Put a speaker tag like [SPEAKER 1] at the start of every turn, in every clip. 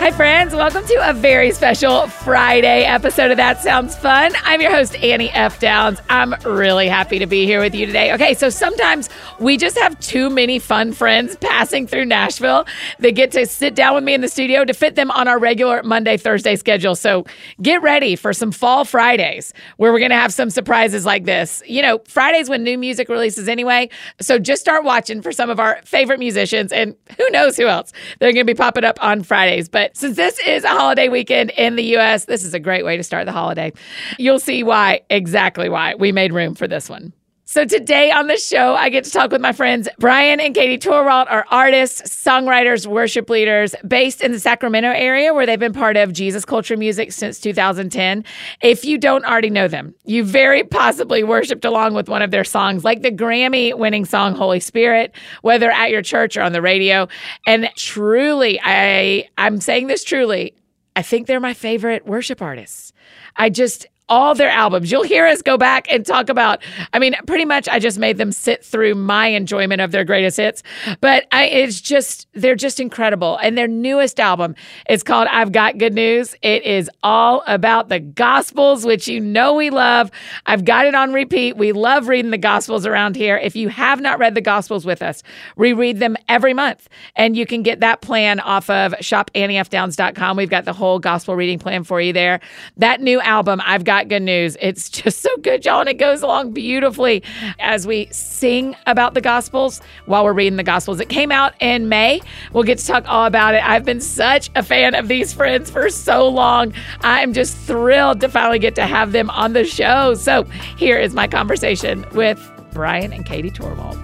[SPEAKER 1] Hi, friends. Welcome to a very special Friday episode of That Sounds Fun. I'm your host, Annie F. Downs. I'm really happy to be here with you today. Okay, so sometimes we just have too many fun friends passing through Nashville that get to sit down with me in the studio to fit them on our regular Monday, Thursday schedule. So get ready for some Fall Fridays where we're going to have some surprises like this. You know, Fridays when new music releases anyway. So just start watching for some of our favorite musicians and who knows who else. They're going to be popping up on Fridays. But since this is a holiday weekend in the US, this is a great way to start the holiday. You'll see why, exactly why, we made room for this one. So today on the show, I get to talk with my friends Brian and Katie Torwalt are artists, songwriters, worship leaders based in the Sacramento area where they've been part of Jesus Culture Music since 2010. If you don't already know them, you very possibly worshiped along with one of their songs, like the Grammy winning song Holy Spirit, whether at your church or on the radio. And truly, I I'm saying this truly, I think they're my favorite worship artists. I just all their albums. You'll hear us go back and talk about. I mean, pretty much, I just made them sit through my enjoyment of their greatest hits. But I, it's just they're just incredible. And their newest album is called "I've Got Good News." It is all about the Gospels, which you know we love. I've got it on repeat. We love reading the Gospels around here. If you have not read the Gospels with us, reread them every month, and you can get that plan off of shopaniefdowns.com. We've got the whole Gospel reading plan for you there. That new album, I've got good news. It's just so good, y'all, and it goes along beautifully as we sing about the Gospels while we're reading the Gospels. It came out in May. We'll get to talk all about it. I've been such a fan of these friends for so long. I'm just thrilled to finally get to have them on the show. So here is my conversation with Brian and Katie Torwald.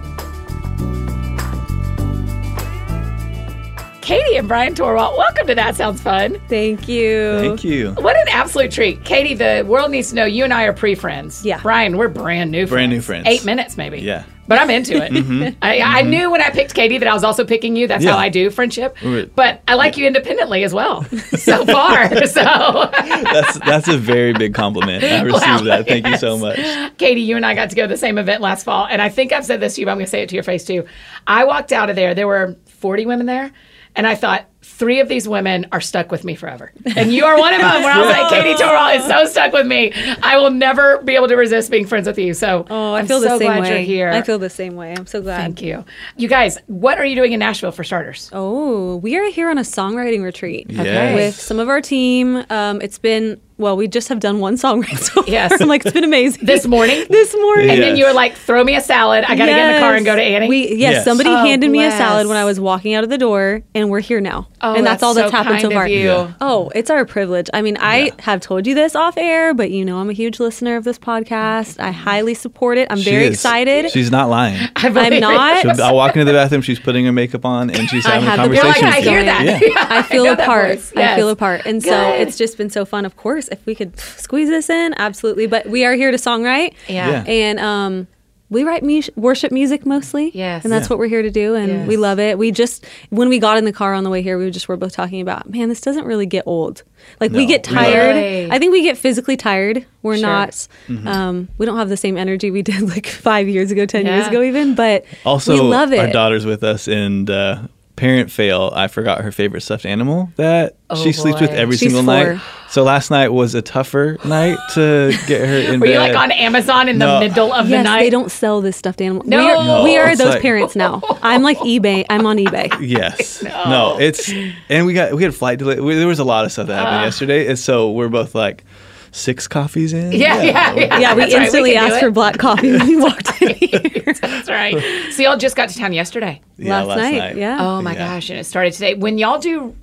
[SPEAKER 1] Katie and Brian Torwalt. Welcome to That Sounds Fun.
[SPEAKER 2] Thank you.
[SPEAKER 3] Thank you.
[SPEAKER 1] What an absolute treat. Katie, the world needs to know you and I are pre friends.
[SPEAKER 2] Yeah.
[SPEAKER 1] Brian, we're brand new friends.
[SPEAKER 3] Brand new friends.
[SPEAKER 1] Eight minutes, maybe.
[SPEAKER 3] Yeah. Mm-hmm.
[SPEAKER 1] But I'm into it. I, I knew when I picked Katie that I was also picking you. That's
[SPEAKER 3] Yeah.
[SPEAKER 1] how I do friendship.
[SPEAKER 3] Right.
[SPEAKER 1] But I like you independently as well so far. so,
[SPEAKER 3] That's that's a very big compliment. I received that. Thank you so much.
[SPEAKER 1] Katie, you and I got to go to the same event last fall. And I think I've said this to you, but I'm going to say it to your face too. I walked out of there, there were 40 women there. And I thought, three of these women are stuck with me forever. And you are one of them. Where I was like, Katie Torral is so stuck with me. I will never be able to resist being friends with you. So
[SPEAKER 2] Oh, I
[SPEAKER 1] am
[SPEAKER 2] feel
[SPEAKER 1] so
[SPEAKER 2] the same
[SPEAKER 1] glad
[SPEAKER 2] way.
[SPEAKER 1] you're here.
[SPEAKER 2] I feel the same way. I'm so glad.
[SPEAKER 1] Thank you. You guys, what are you doing in Nashville for starters?
[SPEAKER 2] Oh, we are here on a songwriting retreat
[SPEAKER 3] Yes.
[SPEAKER 2] with some of our team. Um, it's been well, we just have done one song right so far.
[SPEAKER 1] Yes.
[SPEAKER 2] I'm like it's been amazing.
[SPEAKER 1] This morning?
[SPEAKER 2] this morning.
[SPEAKER 1] And then
[SPEAKER 3] Yes.
[SPEAKER 1] you were like, throw me a salad. I got to get in the car and go to Annie.
[SPEAKER 2] We, yes,
[SPEAKER 3] Yes.
[SPEAKER 2] somebody
[SPEAKER 1] Oh,
[SPEAKER 2] handed me a
[SPEAKER 1] bless.
[SPEAKER 2] salad when I was walking out of the door, and we're here now.
[SPEAKER 1] Oh,
[SPEAKER 2] and that's, all
[SPEAKER 1] so
[SPEAKER 2] that's happened
[SPEAKER 1] kind
[SPEAKER 2] so
[SPEAKER 1] of
[SPEAKER 2] far.
[SPEAKER 1] you.
[SPEAKER 3] Yeah.
[SPEAKER 2] Oh, it's our privilege. I mean, I
[SPEAKER 3] Yeah.
[SPEAKER 2] have told you this off air, but you know I'm a huge listener of this podcast. I highly support it. I'm
[SPEAKER 3] She
[SPEAKER 2] very
[SPEAKER 3] is-
[SPEAKER 2] excited.
[SPEAKER 3] She's not lying.
[SPEAKER 1] I believe it.
[SPEAKER 2] I'm not.
[SPEAKER 3] I walk into the bathroom. She's putting her makeup on, and she's having
[SPEAKER 2] have
[SPEAKER 3] a
[SPEAKER 2] the
[SPEAKER 1] You're like,
[SPEAKER 3] conversation.
[SPEAKER 1] I
[SPEAKER 2] Conversations
[SPEAKER 3] with you.
[SPEAKER 1] hear
[SPEAKER 2] going.
[SPEAKER 1] that.
[SPEAKER 3] Yeah.
[SPEAKER 2] I feel
[SPEAKER 1] know
[SPEAKER 2] a
[SPEAKER 1] that
[SPEAKER 2] part.
[SPEAKER 1] voice.
[SPEAKER 2] I feel
[SPEAKER 1] Yes.
[SPEAKER 2] a part. And so
[SPEAKER 1] Good.
[SPEAKER 2] it's just been so fun. Of course, if we could squeeze this in, absolutely. But we are here to songwrite.
[SPEAKER 1] Yeah.
[SPEAKER 3] Yeah.
[SPEAKER 2] And um, we write mu- worship music mostly.
[SPEAKER 1] Yes.
[SPEAKER 2] And that's
[SPEAKER 1] Yeah.
[SPEAKER 2] what we're here to do. And we
[SPEAKER 1] Yes.
[SPEAKER 2] love it. We just, when we got in the car on the way here, we just were both talking about, man, this doesn't really get old. Like we
[SPEAKER 3] No,
[SPEAKER 2] get
[SPEAKER 3] we love it.
[SPEAKER 2] tired.
[SPEAKER 1] Really?
[SPEAKER 2] I think we get physically tired. We're
[SPEAKER 1] Sure.
[SPEAKER 2] not,
[SPEAKER 3] Mm-hmm.
[SPEAKER 2] um, we don't have the same energy we did like five years ago, 10 years
[SPEAKER 1] Yeah.
[SPEAKER 2] ago, even. But
[SPEAKER 3] Also,
[SPEAKER 2] we love it.
[SPEAKER 3] our daughter's with us, and uh, parent fail. I forgot her favorite stuffed animal that she sleeps with
[SPEAKER 1] Oh, boy.
[SPEAKER 3] every
[SPEAKER 2] She's
[SPEAKER 3] single
[SPEAKER 2] four.
[SPEAKER 3] night. So last night was a tougher night to get her in
[SPEAKER 1] Were
[SPEAKER 3] bed.
[SPEAKER 1] you like on Amazon in
[SPEAKER 3] No.
[SPEAKER 1] the middle of the
[SPEAKER 2] Yes,
[SPEAKER 1] night?
[SPEAKER 2] they don't sell this stuffed animal.
[SPEAKER 1] No.
[SPEAKER 2] We are,
[SPEAKER 1] No,
[SPEAKER 2] we are
[SPEAKER 3] it's
[SPEAKER 2] those
[SPEAKER 3] like-
[SPEAKER 2] parents now. I'm like eBay. I'm on eBay.
[SPEAKER 3] Yes. No. It's and we got we had flight delay. We, there was a lot of stuff that
[SPEAKER 1] Ah.
[SPEAKER 3] happened yesterday, and so we're both like six coffees in.
[SPEAKER 1] Yeah, yeah, yeah.
[SPEAKER 2] Yeah, we
[SPEAKER 1] That's right,
[SPEAKER 2] instantly
[SPEAKER 1] can do
[SPEAKER 2] asked
[SPEAKER 1] it.
[SPEAKER 2] for black coffee when we walked in here.
[SPEAKER 1] That's right. So y'all just got to town yesterday.
[SPEAKER 3] Yeah,
[SPEAKER 2] Last night, yeah.
[SPEAKER 1] Oh my
[SPEAKER 3] Yeah.
[SPEAKER 1] gosh! And it started today. When y'all do,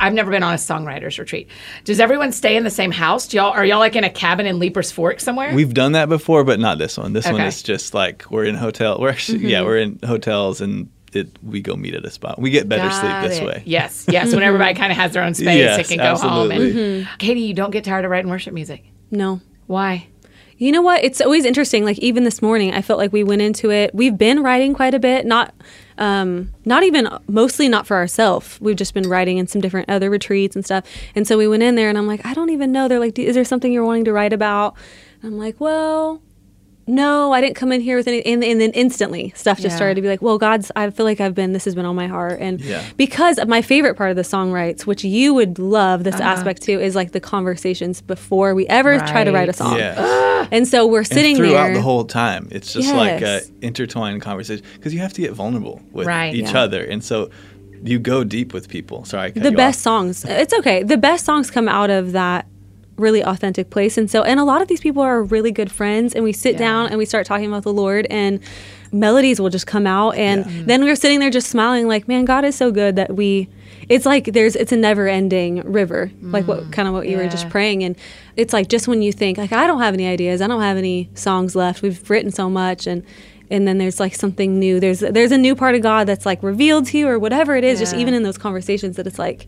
[SPEAKER 1] I've never been on a songwriters retreat. Does everyone stay in the same house? Do y'all are y'all like in a cabin in Leaper's Fork somewhere?
[SPEAKER 3] We've done that before, but not this one. This one
[SPEAKER 1] Okay.
[SPEAKER 3] is just like we're in hotel. We're actually
[SPEAKER 2] Mm-hmm.
[SPEAKER 3] yeah, we're in hotels and it we go meet at a spot. We get better sleep
[SPEAKER 1] Got
[SPEAKER 3] this
[SPEAKER 1] it.
[SPEAKER 3] way.
[SPEAKER 1] Yes, yes.
[SPEAKER 2] Mm-hmm.
[SPEAKER 1] When everybody kind of has their own space, it
[SPEAKER 3] Yes,
[SPEAKER 1] can go home. And
[SPEAKER 3] absolutely.
[SPEAKER 1] Katie, you don't get tired of writing worship music.
[SPEAKER 2] No.
[SPEAKER 1] Why?
[SPEAKER 2] You know what? It's always interesting. Like even this morning, I felt like we went into it. We've been writing quite a bit, not um, not even mostly not for ourselves. We've just been writing in some different other retreats and stuff. And so we went in there, and I'm like, I don't even know. They're like, "Do- is there something you're wanting to write about? And I'm like, well, no, I didn't come in here with any. And, and then instantly, stuff just
[SPEAKER 1] Yeah.
[SPEAKER 2] started to be like, well, God's. I feel like I've been. This has been on my heart, and
[SPEAKER 3] Yeah.
[SPEAKER 2] because of my favorite part of the songwrites, which you would love
[SPEAKER 1] Uh-huh.
[SPEAKER 2] this aspect too, is like the conversations before we ever try to write a
[SPEAKER 1] Right.
[SPEAKER 2] song.
[SPEAKER 3] Yes.
[SPEAKER 2] And so we're sitting
[SPEAKER 3] and throughout
[SPEAKER 2] there.
[SPEAKER 3] the whole time it's just like
[SPEAKER 2] Yes.
[SPEAKER 3] a intertwined conversation because you have to get vulnerable with
[SPEAKER 1] Right.
[SPEAKER 3] each
[SPEAKER 1] Yeah.
[SPEAKER 3] other and so you go deep with people sorry I cut
[SPEAKER 2] the
[SPEAKER 3] you
[SPEAKER 2] best
[SPEAKER 3] off.
[SPEAKER 2] songs. It's okay. The best songs come out of that really authentic place. And so, and a lot of these people are really good friends. And we sit down and we start talking about the Lord, and melodies will just come out. And then we're sitting there just smiling, like, man, God is so good that we. It's like there's it's a never ending river, like what kind of what you were
[SPEAKER 1] Mm.
[SPEAKER 2] just
[SPEAKER 1] yeah.
[SPEAKER 2] praying, and it's like just when you think like I don't have any ideas, I don't have any songs left. We've written so much, and and then there's like something new. There's there's a new part of God that's like revealed to you or whatever it is. Just
[SPEAKER 1] Yeah.
[SPEAKER 2] even in in those conversations that it's like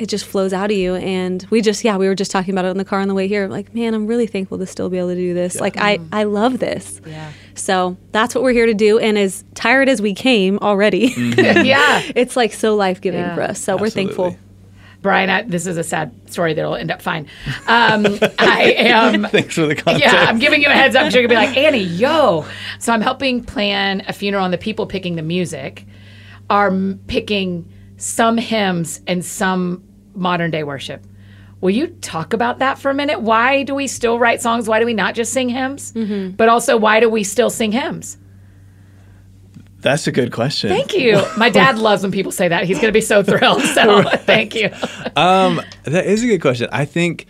[SPEAKER 2] it just flows out of you and we just yeah we were just talking about it in the car on the way here like man i'm really thankful to still be able to do this like i i love this
[SPEAKER 1] Mm-hmm. Yeah.
[SPEAKER 2] so that's what we're here to do and as tired as we came already
[SPEAKER 1] yeah.
[SPEAKER 2] it's like so life-giving
[SPEAKER 1] Yeah.
[SPEAKER 2] for us so
[SPEAKER 3] Absolutely.
[SPEAKER 2] we're thankful
[SPEAKER 1] Brian, I, this is a sad story that'll end up fine. Um, I am.
[SPEAKER 3] thanks for the context
[SPEAKER 1] Yeah, I'm giving you a heads up. You're gonna be like, Annie, yo. So I'm helping plan a funeral, and the people picking the music are m- picking some hymns and some modern day worship. Will you talk about that for a minute? Why do we still write songs? Why do we not just sing hymns? But also, why do we still sing hymns?
[SPEAKER 3] that's a good question
[SPEAKER 1] Thank you. My dad loves when people say that. He's gonna be so thrilled. So thank you.
[SPEAKER 3] um, that is a good question. I think,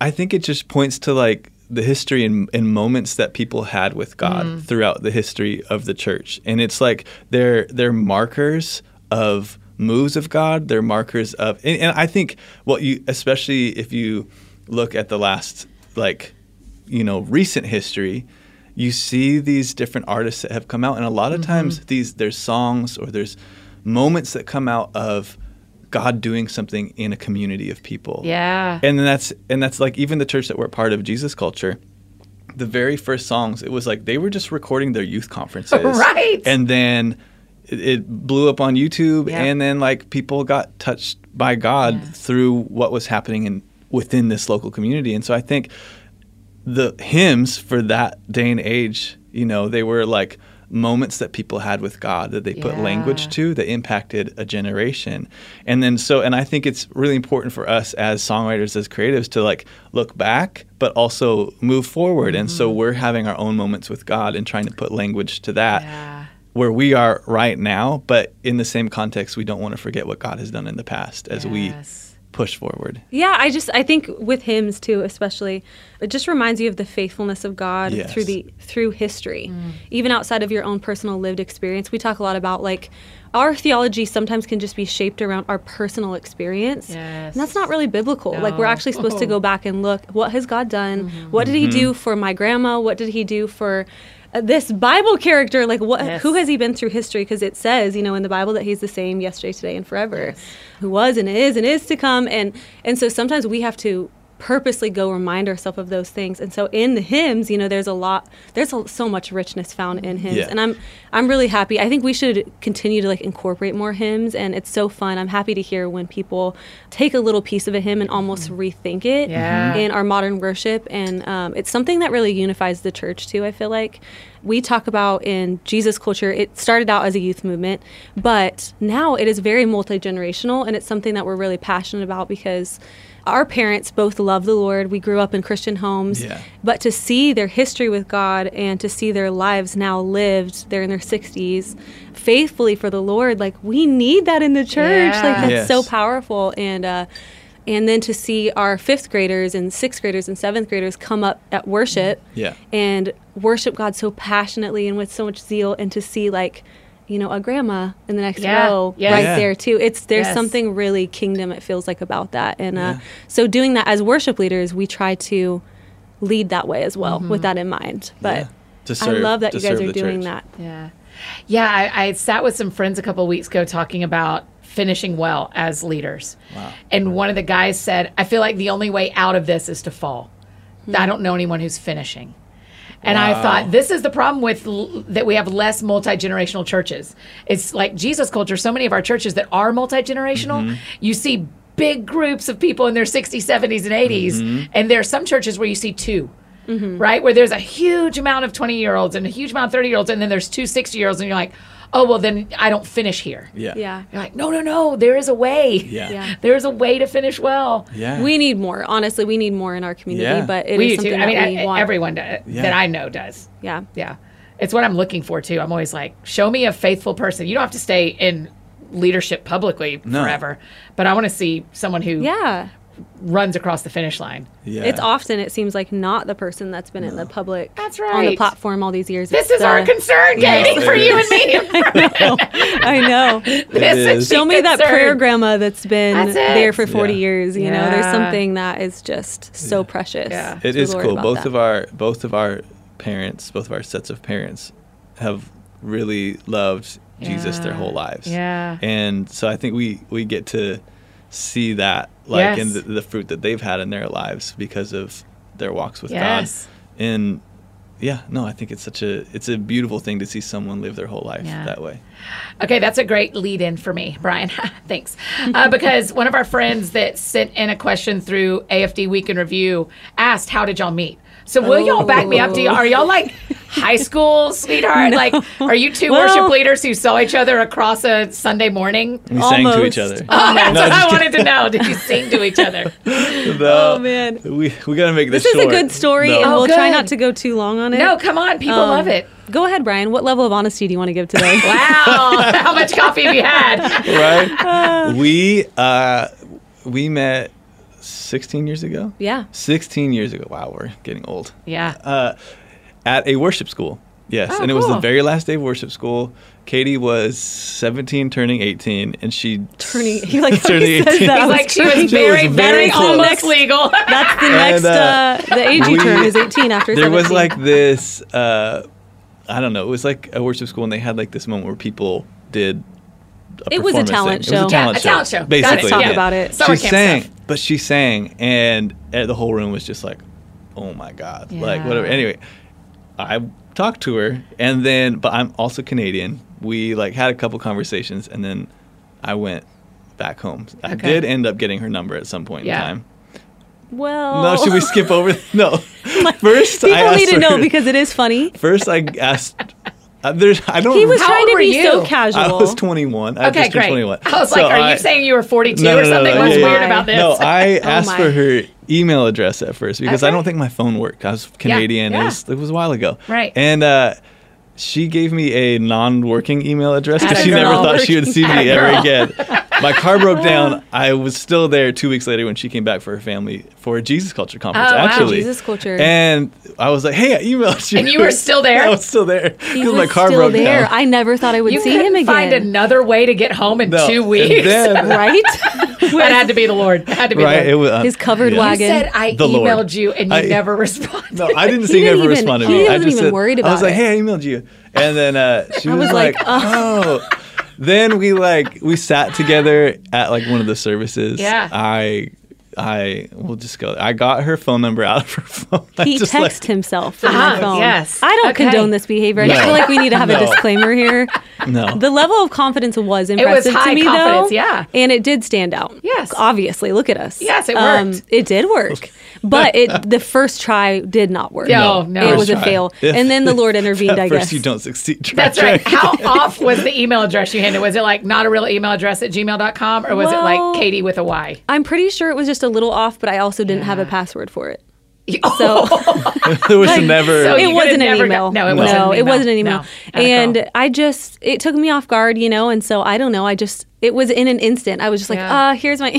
[SPEAKER 3] I think it just points to like the history and, and moments that people had with God throughout the history of the church, and it's like they're they're markers of moves of God. They're markers of, and, and I think what you, especially if you look at the last like, you know, recent history. You see these different artists that have come out, and a lot of times these there's songs or there's moments that come out of God doing something in a community of people.
[SPEAKER 1] Yeah.
[SPEAKER 3] And then that's and that's like even the church that we're part of, Jesus Culture. The very first songs, it was like they were just recording their youth conferences,
[SPEAKER 1] Right.
[SPEAKER 3] And then it, it blew up on YouTube,
[SPEAKER 1] Yeah.
[SPEAKER 3] and then like people got touched by God
[SPEAKER 1] Yeah.
[SPEAKER 3] through what was happening in within this local community. And so I think the hymns for that day and age, you know, they were like moments that people had with God that they put
[SPEAKER 1] Yeah.
[SPEAKER 3] language to that impacted a generation. And then so and I think it's really important for us as songwriters as creatives to like look back but also move forward. And so
[SPEAKER 2] Mm-hmm.
[SPEAKER 3] we're having our own moments with God and trying to put language to that
[SPEAKER 1] Yeah.
[SPEAKER 3] where we are right now, but in the same context we don't want to forget what God has done in the past as we
[SPEAKER 1] Yes.
[SPEAKER 3] push forward.
[SPEAKER 2] Yeah, I just I think with hymns too, especially, it just reminds you of the faithfulness of God
[SPEAKER 3] Yes.
[SPEAKER 2] through the through history, even outside of your own personal lived experience. We talk a lot about like our theology sometimes can just be shaped around our personal experience,
[SPEAKER 1] Yes.
[SPEAKER 2] and that's not really biblical. Like we're
[SPEAKER 1] No.
[SPEAKER 2] actually supposed to go back and look what has God done? What did He do for my grandma? What did He do for uh, this Bible character? Like what?
[SPEAKER 1] Yes.
[SPEAKER 2] Who has He been through history? Because it says, you know, in the Bible that He's the same yesterday, today, and forever who was and is and is to come and and so sometimes we have to purposely go remind ourselves of those things. And so in the hymns, you know, there's a lot, there's a, so much richness found in hymns,
[SPEAKER 3] Yeah.
[SPEAKER 2] and I'm I'm really happy. I think we should continue to like incorporate more hymns, and it's so fun. I'm happy to hear when people take a little piece of a hymn and almost rethink it
[SPEAKER 1] Yeah.
[SPEAKER 2] in our modern worship, and um, it's something that really unifies the church too. I feel like we talk about in Jesus culture, it started out as a youth movement, but now it is very multi generational, and it's something that we're really passionate about because our parents both love the Lord. We grew up in Christian homes,
[SPEAKER 3] Yeah.
[SPEAKER 2] but to see their history with God and to see their lives now lived, they're in their 60s, faithfully for the Lord, like we need that in the church.
[SPEAKER 1] Yeah.
[SPEAKER 2] Like that's so
[SPEAKER 3] Yes.
[SPEAKER 2] powerful. And, uh, and then to see our fifth graders and sixth graders and seventh graders come up at worship
[SPEAKER 3] Mm-hmm. Yeah.
[SPEAKER 2] and worship God so passionately and with so much zeal, and to see like, you know, a grandma in the next
[SPEAKER 1] Yeah.
[SPEAKER 2] row
[SPEAKER 1] Yes.
[SPEAKER 2] right
[SPEAKER 3] Yeah.
[SPEAKER 2] there too. It's there's
[SPEAKER 1] Yes.
[SPEAKER 2] something really kingdom it feels like about that, and uh, so doing that as worship leaders, we try to lead that way as well
[SPEAKER 1] Mm-hmm.
[SPEAKER 2] with that in mind. But
[SPEAKER 3] Yeah. To
[SPEAKER 2] I
[SPEAKER 3] serve-
[SPEAKER 2] love that
[SPEAKER 3] to
[SPEAKER 2] you guys
[SPEAKER 3] serve
[SPEAKER 2] are
[SPEAKER 3] the
[SPEAKER 2] doing
[SPEAKER 3] church.
[SPEAKER 2] that.
[SPEAKER 1] Yeah. Yeah, I, I sat with some friends a couple weeks ago talking about finishing well as leaders.
[SPEAKER 3] Wow.
[SPEAKER 1] And one of the guys said, I feel like the only way out of this is to fall. I don't know anyone who's finishing. And I
[SPEAKER 3] Hmm. Wow.
[SPEAKER 1] thought this is the problem with l- that we have less multi generational churches. It's like Jesus culture. So many of our churches that are multi generational,
[SPEAKER 3] Mm-hmm.
[SPEAKER 1] you see big groups of people in their 60s, 70s, and 80s.
[SPEAKER 3] Mm-hmm.
[SPEAKER 1] And there are some churches where you see 2 right? Where there's a huge amount of 20 year olds and a huge amount of 30 year olds. And then there's two 60 year olds. And you're like, oh, well, then I don't finish here.
[SPEAKER 3] Yeah.
[SPEAKER 2] Yeah.
[SPEAKER 1] You're like, no, no, no, there is a way.
[SPEAKER 3] Yeah.
[SPEAKER 2] Yeah.
[SPEAKER 1] There is a way to finish well.
[SPEAKER 3] Yeah.
[SPEAKER 2] We need more. Honestly, we need more in our community,
[SPEAKER 3] Yeah.
[SPEAKER 2] but it is
[SPEAKER 1] we do too.
[SPEAKER 2] something
[SPEAKER 1] I mean,
[SPEAKER 2] that
[SPEAKER 1] I-
[SPEAKER 2] we want.
[SPEAKER 1] everyone do- that
[SPEAKER 3] Yeah.
[SPEAKER 1] I know does.
[SPEAKER 2] Yeah.
[SPEAKER 1] Yeah. It's what I'm looking for too. I'm always like, show me a faithful person. You don't have to stay in leadership publicly
[SPEAKER 3] No.
[SPEAKER 1] forever, but I want to see someone who
[SPEAKER 2] Yeah.
[SPEAKER 1] runs across the finish line.
[SPEAKER 3] yeah.
[SPEAKER 2] It's often it seems like not the person that's been in the public
[SPEAKER 1] That's
[SPEAKER 2] on
[SPEAKER 1] right.
[SPEAKER 2] the platform all these years.
[SPEAKER 1] This
[SPEAKER 2] It's uh,
[SPEAKER 1] is our
[SPEAKER 2] the-
[SPEAKER 1] concern, Katie,
[SPEAKER 3] it
[SPEAKER 1] for you and
[SPEAKER 3] is.
[SPEAKER 1] me.
[SPEAKER 2] I know.
[SPEAKER 1] this
[SPEAKER 3] is.
[SPEAKER 1] the
[SPEAKER 2] Show me that
[SPEAKER 1] concern.
[SPEAKER 2] prayer grandma that's been
[SPEAKER 1] That's it.
[SPEAKER 2] there for 40
[SPEAKER 3] Yeah.
[SPEAKER 2] years. You know, there's
[SPEAKER 1] Yeah.
[SPEAKER 2] something that is just so precious.
[SPEAKER 1] Yeah.
[SPEAKER 3] It is cool. Both of our both of our parents, both of our sets of parents, have really loved Jesus their
[SPEAKER 1] Yeah.
[SPEAKER 3] whole lives.
[SPEAKER 1] Yeah.
[SPEAKER 3] And so I think we we get to see that like in
[SPEAKER 1] Yes.
[SPEAKER 3] the, the fruit that they've had in their lives because of their walks with
[SPEAKER 1] Yes.
[SPEAKER 3] God. And yeah, no, I think it's such a it's a beautiful thing to see someone live their whole life
[SPEAKER 1] Yeah.
[SPEAKER 3] that way.
[SPEAKER 1] Okay, that's a great lead in for me, Brian. Thanks. Uh, because one of our friends that sent in a question through AFD Week in Review asked, How did y'all meet? So will y'all back me up? Do y'all, are y'all like high school sweetheart? Like, are you two
[SPEAKER 2] Well-
[SPEAKER 1] worship leaders who saw each other across a Sunday morning?
[SPEAKER 3] We sang to each
[SPEAKER 2] Almost.
[SPEAKER 3] other.
[SPEAKER 1] Oh, that's what I wanted to know. Did you sing to each other?
[SPEAKER 3] No,
[SPEAKER 2] Oh, man.
[SPEAKER 3] we we gotta make this.
[SPEAKER 2] This is a
[SPEAKER 3] short.
[SPEAKER 2] good story,
[SPEAKER 3] No.
[SPEAKER 2] and we'll try
[SPEAKER 1] Oh, good.
[SPEAKER 2] not to go too long on it.
[SPEAKER 1] No, come on. People
[SPEAKER 2] Um,
[SPEAKER 1] love it.
[SPEAKER 2] Go ahead, Brian. What level of honesty do you want to give today?
[SPEAKER 1] Wow. How much coffee have you had?
[SPEAKER 2] Ah.
[SPEAKER 3] right? we uh, we met 16 years ago.
[SPEAKER 2] Yeah.
[SPEAKER 3] 16 years ago. Wow, we're getting old.
[SPEAKER 1] Yeah.
[SPEAKER 3] Uh, at a worship school. Yes,
[SPEAKER 1] Oh,
[SPEAKER 3] and it was
[SPEAKER 1] cool.
[SPEAKER 3] the very last day of worship school. Katie was 17, turning 18, and she
[SPEAKER 2] Turning, he like how
[SPEAKER 3] Turning
[SPEAKER 2] he says
[SPEAKER 3] 18.
[SPEAKER 2] that.
[SPEAKER 3] He's
[SPEAKER 2] was
[SPEAKER 1] like she was
[SPEAKER 2] crazy.
[SPEAKER 3] crazy.
[SPEAKER 1] very,
[SPEAKER 3] It was
[SPEAKER 1] very
[SPEAKER 3] very close.
[SPEAKER 1] almost
[SPEAKER 2] Next-
[SPEAKER 1] legal.
[SPEAKER 2] That's the
[SPEAKER 3] And,
[SPEAKER 2] next.
[SPEAKER 3] uh,
[SPEAKER 2] uh, the AG
[SPEAKER 3] we-
[SPEAKER 2] term is 18 after.
[SPEAKER 3] there was
[SPEAKER 2] 17.
[SPEAKER 3] like this uh, i don't know it was like a worship school and they had like this moment where people did a
[SPEAKER 2] It was a talent
[SPEAKER 3] performance thing. it
[SPEAKER 2] show.
[SPEAKER 3] was a
[SPEAKER 2] Yeah,
[SPEAKER 3] talent
[SPEAKER 1] a talent show. Got it.
[SPEAKER 3] basically
[SPEAKER 2] Let's talk
[SPEAKER 3] yeah.
[SPEAKER 2] about it.
[SPEAKER 1] Summer
[SPEAKER 3] she
[SPEAKER 1] camp
[SPEAKER 3] sang
[SPEAKER 1] stuff.
[SPEAKER 3] but she sang and uh, the whole room was just like oh my god like
[SPEAKER 1] Yeah.
[SPEAKER 3] whatever anyway i talked to her and then but i'm also canadian we like had a couple conversations and then i went back home i
[SPEAKER 1] Okay.
[SPEAKER 3] did end up getting her number at some point
[SPEAKER 1] Yeah.
[SPEAKER 3] in time
[SPEAKER 2] well.
[SPEAKER 3] no should we skip over no first
[SPEAKER 2] People
[SPEAKER 3] I asked
[SPEAKER 2] need to
[SPEAKER 3] her-
[SPEAKER 2] know because it is funny.
[SPEAKER 3] First, I asked. Uh, there's, I don't.
[SPEAKER 2] He was
[SPEAKER 1] How
[SPEAKER 2] trying
[SPEAKER 1] old
[SPEAKER 2] to
[SPEAKER 1] were
[SPEAKER 2] be so
[SPEAKER 1] you?
[SPEAKER 2] casual.
[SPEAKER 3] I was 21. I
[SPEAKER 1] Okay,
[SPEAKER 3] just turned
[SPEAKER 1] great.
[SPEAKER 3] 21.
[SPEAKER 1] I was
[SPEAKER 3] So
[SPEAKER 1] like, are
[SPEAKER 3] I-
[SPEAKER 1] you saying you were 42
[SPEAKER 3] No,
[SPEAKER 1] or
[SPEAKER 3] no, no,
[SPEAKER 1] something?
[SPEAKER 3] no,
[SPEAKER 1] What's
[SPEAKER 3] yeah,
[SPEAKER 1] weird
[SPEAKER 2] yeah.
[SPEAKER 1] about this? Oh
[SPEAKER 3] No, I asked
[SPEAKER 2] Oh my.
[SPEAKER 3] for her email address at first because I
[SPEAKER 1] Okay.
[SPEAKER 3] don't think my phone worked. I was Canadian.
[SPEAKER 1] yeah.
[SPEAKER 3] It, was, it was a while ago.
[SPEAKER 1] Right.
[SPEAKER 3] And uh, she gave me a non-working email address because
[SPEAKER 1] Atta
[SPEAKER 3] she never
[SPEAKER 1] girl.
[SPEAKER 3] thought she would see
[SPEAKER 1] Atta
[SPEAKER 3] me ever
[SPEAKER 1] girl.
[SPEAKER 3] again. My car broke down. I was still there two weeks later when she came back for her family for a Jesus Culture conference.
[SPEAKER 1] Oh, wow.
[SPEAKER 3] actually,
[SPEAKER 2] Jesus Culture.
[SPEAKER 3] And I was like, "Hey, I emailed you."
[SPEAKER 1] And you were still there?
[SPEAKER 3] I was still there
[SPEAKER 2] He
[SPEAKER 3] because my
[SPEAKER 2] was
[SPEAKER 3] car
[SPEAKER 2] still
[SPEAKER 3] broke
[SPEAKER 2] there.
[SPEAKER 3] down.
[SPEAKER 2] I never thought I would
[SPEAKER 1] you
[SPEAKER 2] see him
[SPEAKER 1] couldn't
[SPEAKER 2] again.
[SPEAKER 1] find another way to get home in
[SPEAKER 3] No,
[SPEAKER 1] two
[SPEAKER 3] and
[SPEAKER 1] weeks.
[SPEAKER 3] then-
[SPEAKER 2] right?
[SPEAKER 1] that had to be the Lord. That had to be
[SPEAKER 3] right.
[SPEAKER 1] the
[SPEAKER 3] It
[SPEAKER 1] Lord.
[SPEAKER 3] was uh,
[SPEAKER 2] His covered
[SPEAKER 1] you
[SPEAKER 2] wagon.
[SPEAKER 1] said I
[SPEAKER 3] The
[SPEAKER 1] emailed
[SPEAKER 3] Lord.
[SPEAKER 1] you and you
[SPEAKER 3] I-
[SPEAKER 1] never responded.
[SPEAKER 3] No, I didn't
[SPEAKER 2] He
[SPEAKER 3] see he
[SPEAKER 2] didn't
[SPEAKER 3] never
[SPEAKER 2] even-
[SPEAKER 3] responded.
[SPEAKER 2] he
[SPEAKER 3] to me. I
[SPEAKER 2] wasn't
[SPEAKER 3] just
[SPEAKER 2] even
[SPEAKER 3] said-
[SPEAKER 2] worried
[SPEAKER 3] I
[SPEAKER 2] about
[SPEAKER 3] was like,
[SPEAKER 2] it.
[SPEAKER 3] "Hey, I emailed you," and then uh, she was,
[SPEAKER 2] was
[SPEAKER 3] like,
[SPEAKER 2] like,
[SPEAKER 3] "Oh." Then we like we sat together at like one of the services.
[SPEAKER 1] Yeah.
[SPEAKER 3] I I will just go. I got her phone number out of her phone. I
[SPEAKER 2] He
[SPEAKER 3] just
[SPEAKER 2] texts
[SPEAKER 3] like-
[SPEAKER 2] himself from
[SPEAKER 1] Uh-huh,
[SPEAKER 2] my phone.
[SPEAKER 1] yes.
[SPEAKER 2] I don't
[SPEAKER 1] Okay.
[SPEAKER 2] condone this behavior. I
[SPEAKER 3] No.
[SPEAKER 2] just feel like we need to have
[SPEAKER 3] No.
[SPEAKER 2] a disclaimer here.
[SPEAKER 3] No.
[SPEAKER 2] The level of confidence was
[SPEAKER 1] was
[SPEAKER 2] impressive
[SPEAKER 1] high
[SPEAKER 2] to me,
[SPEAKER 1] confidence,
[SPEAKER 2] though.
[SPEAKER 1] yeah.
[SPEAKER 2] and it did stand out.
[SPEAKER 1] Yes.
[SPEAKER 2] obviously. Look at us. Um,
[SPEAKER 1] Yes, it worked.
[SPEAKER 2] it did work, but it the first try did not work.
[SPEAKER 1] No, No. no.
[SPEAKER 2] it was a
[SPEAKER 3] Try.
[SPEAKER 2] fail,
[SPEAKER 3] If-
[SPEAKER 2] and then the Lord intervened.
[SPEAKER 3] At
[SPEAKER 2] I
[SPEAKER 3] first
[SPEAKER 2] guess
[SPEAKER 3] you don't succeed. Try,
[SPEAKER 1] That's right.
[SPEAKER 3] try.
[SPEAKER 1] How off was the email address you handed? Was it like not a real email address at gmail.com or was it
[SPEAKER 2] Well-
[SPEAKER 1] like Katie with a Y?
[SPEAKER 2] I'm pretty sure it was just a little off, but I also didn't have a password for it.
[SPEAKER 1] So,
[SPEAKER 3] there was never.
[SPEAKER 1] so
[SPEAKER 2] it
[SPEAKER 1] Oh, you
[SPEAKER 2] wasn't
[SPEAKER 1] could've
[SPEAKER 2] an
[SPEAKER 1] never
[SPEAKER 2] email.
[SPEAKER 1] got- no, it wasn't an
[SPEAKER 2] it
[SPEAKER 1] email.
[SPEAKER 2] wasn't an email.
[SPEAKER 1] No, not at all.
[SPEAKER 2] and I just it took me off guard, you know. And so I don't know. I just it was in an instant. I was just like,
[SPEAKER 1] Yeah.
[SPEAKER 2] uh, here's my.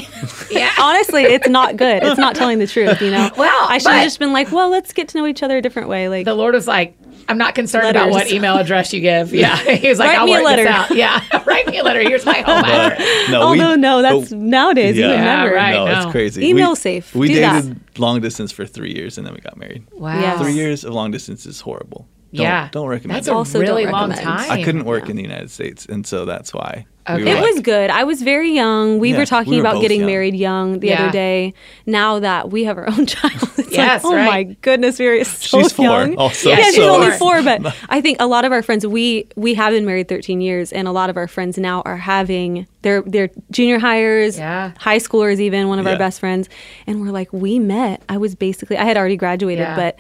[SPEAKER 2] yeah. Honestly, it's not good. It's not telling the truth, you know.
[SPEAKER 1] Well,
[SPEAKER 2] I should
[SPEAKER 1] but-
[SPEAKER 2] have just been like, well, let's get to know each other a different way. Like,
[SPEAKER 1] the Lord was like, I'm not concerned about
[SPEAKER 2] Letters.
[SPEAKER 1] what email address you give. Yeah. He was like,
[SPEAKER 2] Write
[SPEAKER 1] I'll
[SPEAKER 2] me a
[SPEAKER 1] work
[SPEAKER 2] letter.
[SPEAKER 1] this out. Yeah. Write me a letter. Here's my home
[SPEAKER 3] But,
[SPEAKER 1] address.
[SPEAKER 3] no, we-
[SPEAKER 2] although no, that's
[SPEAKER 3] but-
[SPEAKER 2] nowadays you would
[SPEAKER 1] Yeah,
[SPEAKER 2] never.
[SPEAKER 1] right.
[SPEAKER 3] No,
[SPEAKER 1] no.
[SPEAKER 3] it's crazy.
[SPEAKER 2] Email
[SPEAKER 3] we,
[SPEAKER 2] safe.
[SPEAKER 3] We
[SPEAKER 2] Do that.
[SPEAKER 3] dated long distance for three years and then we got married.
[SPEAKER 1] Wow.
[SPEAKER 2] Yeah.
[SPEAKER 3] Three years of long distance is horrible. Don't,
[SPEAKER 1] yeah.
[SPEAKER 3] Don't recommend
[SPEAKER 1] That's
[SPEAKER 3] it.
[SPEAKER 1] a
[SPEAKER 2] Also don't
[SPEAKER 1] really long
[SPEAKER 2] recommend.
[SPEAKER 1] time.
[SPEAKER 3] I couldn't work in the United States, and so that's why.
[SPEAKER 1] Okay.
[SPEAKER 3] were
[SPEAKER 2] It
[SPEAKER 1] But-
[SPEAKER 2] was good. I was very young. We
[SPEAKER 3] Yeah,
[SPEAKER 2] were talking
[SPEAKER 3] we were
[SPEAKER 2] about
[SPEAKER 3] both
[SPEAKER 2] getting
[SPEAKER 3] young.
[SPEAKER 2] married young the
[SPEAKER 1] Yeah.
[SPEAKER 2] other day. Now that we have our own child, it's
[SPEAKER 1] Yes,
[SPEAKER 2] like, oh
[SPEAKER 1] right.
[SPEAKER 2] my goodness, we are so
[SPEAKER 3] She's four
[SPEAKER 2] young.
[SPEAKER 3] also,
[SPEAKER 2] yeah, she's
[SPEAKER 1] so-
[SPEAKER 2] only four. But I think a lot of our friends, we we have been married 13 years, and a lot of our friends now are having their their junior hires,
[SPEAKER 1] Yeah.
[SPEAKER 2] high schoolers, even one of
[SPEAKER 3] Yeah.
[SPEAKER 2] our best friends, and we're like, we met. I was basically I had already graduated,
[SPEAKER 1] Yeah.
[SPEAKER 2] but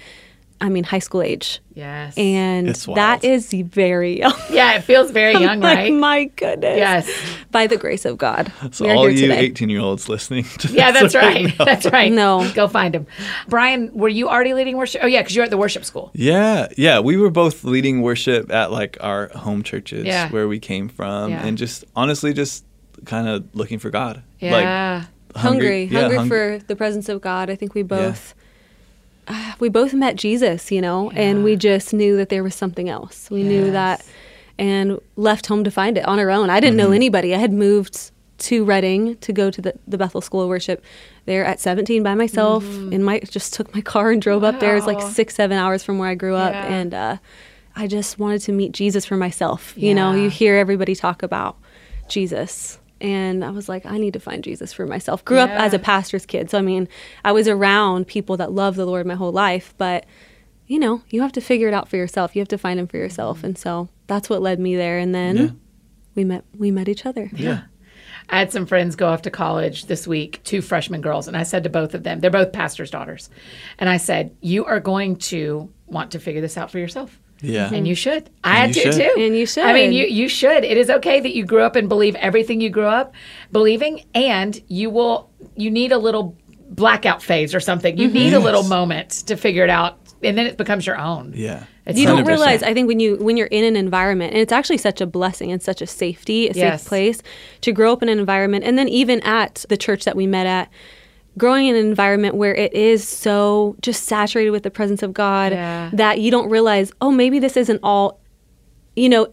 [SPEAKER 2] I mean high school age,
[SPEAKER 1] Yes.
[SPEAKER 2] and
[SPEAKER 3] It's
[SPEAKER 2] that
[SPEAKER 3] wild.
[SPEAKER 2] is very young.
[SPEAKER 1] yeah, it feels very young,
[SPEAKER 2] Like,
[SPEAKER 1] right?
[SPEAKER 2] My goodness.
[SPEAKER 1] Yes.
[SPEAKER 2] By the grace of God.
[SPEAKER 3] So
[SPEAKER 2] we are
[SPEAKER 3] all
[SPEAKER 2] here
[SPEAKER 3] you
[SPEAKER 2] today.
[SPEAKER 3] 18 year olds listening. To
[SPEAKER 1] Yeah,
[SPEAKER 3] this
[SPEAKER 1] that's right.
[SPEAKER 3] now.
[SPEAKER 1] That's right.
[SPEAKER 2] No.
[SPEAKER 1] Go find him. Brian, were you already leading worship? Oh, yeah, because you're at the worship school.
[SPEAKER 3] Yeah, yeah. We were both leading worship at like our home churches
[SPEAKER 1] Yeah.
[SPEAKER 3] where we came from,
[SPEAKER 1] Yeah.
[SPEAKER 3] and just honestly, just kind of looking for God.
[SPEAKER 1] Yeah.
[SPEAKER 3] Like
[SPEAKER 2] hungry,
[SPEAKER 3] yeah,
[SPEAKER 2] hungry,
[SPEAKER 3] hung-
[SPEAKER 2] for the presence of God. I think we both ah, we both met Jesus, you know, and we just knew that there was something else. We knew
[SPEAKER 1] Yes.
[SPEAKER 2] that and left home to find it on our own. I didn't know
[SPEAKER 3] Mm-hmm.
[SPEAKER 2] anybody. I had moved to Reading to go to the, the Bethel School of Worship there at 17 by myself and my just took my car and drove up there. It's like
[SPEAKER 1] Mm-hmm. Wow.
[SPEAKER 2] 6 7 hours from where I grew up
[SPEAKER 1] Yeah.
[SPEAKER 2] and uh I just wanted to meet Jesus for myself. You know,
[SPEAKER 1] Yeah.
[SPEAKER 2] you hear everybody talk about Jesus. And I was like, I need to find Jesus for myself. Grew up
[SPEAKER 1] Yeah.
[SPEAKER 2] as a pastor's kid. So, I mean, I was around people that love the Lord my whole life, but you know, you have to figure it out for yourself. You have to find him for yourself. And so that's what led me there. And then
[SPEAKER 3] Mm-hmm. Yeah.
[SPEAKER 2] we met, we met each other.
[SPEAKER 3] Yeah.
[SPEAKER 1] I had some friends go off to college this week, two freshman girls, and I said to both of them, they're both pastors' daughters, and I said, You are going to want to figure this out for yourself.
[SPEAKER 3] Yeah.
[SPEAKER 1] And you should. I had
[SPEAKER 3] you
[SPEAKER 1] to
[SPEAKER 3] should.
[SPEAKER 1] too.
[SPEAKER 2] Hmm. And you
[SPEAKER 1] I mean,
[SPEAKER 2] should.
[SPEAKER 1] you you should. It is okay that you grew up and believe everything you grew up believing, and you will. You need a little blackout phase or something.
[SPEAKER 2] Mm-hmm.
[SPEAKER 1] You need a little
[SPEAKER 3] Yes.
[SPEAKER 1] moment to figure it out, and then it becomes your own.
[SPEAKER 3] Yeah.
[SPEAKER 1] It's
[SPEAKER 2] You don't
[SPEAKER 3] 100%.
[SPEAKER 2] realize, I think, when you when you're in an environment, and it's actually such a blessing and such a safety, a
[SPEAKER 1] Yes.
[SPEAKER 2] safe place to grow up in an environment, and then even at the church that we met at, growing in an environment where it is so just saturated with the presence of God
[SPEAKER 1] Yeah.
[SPEAKER 2] that you don't realize, oh, maybe this isn't all, you know,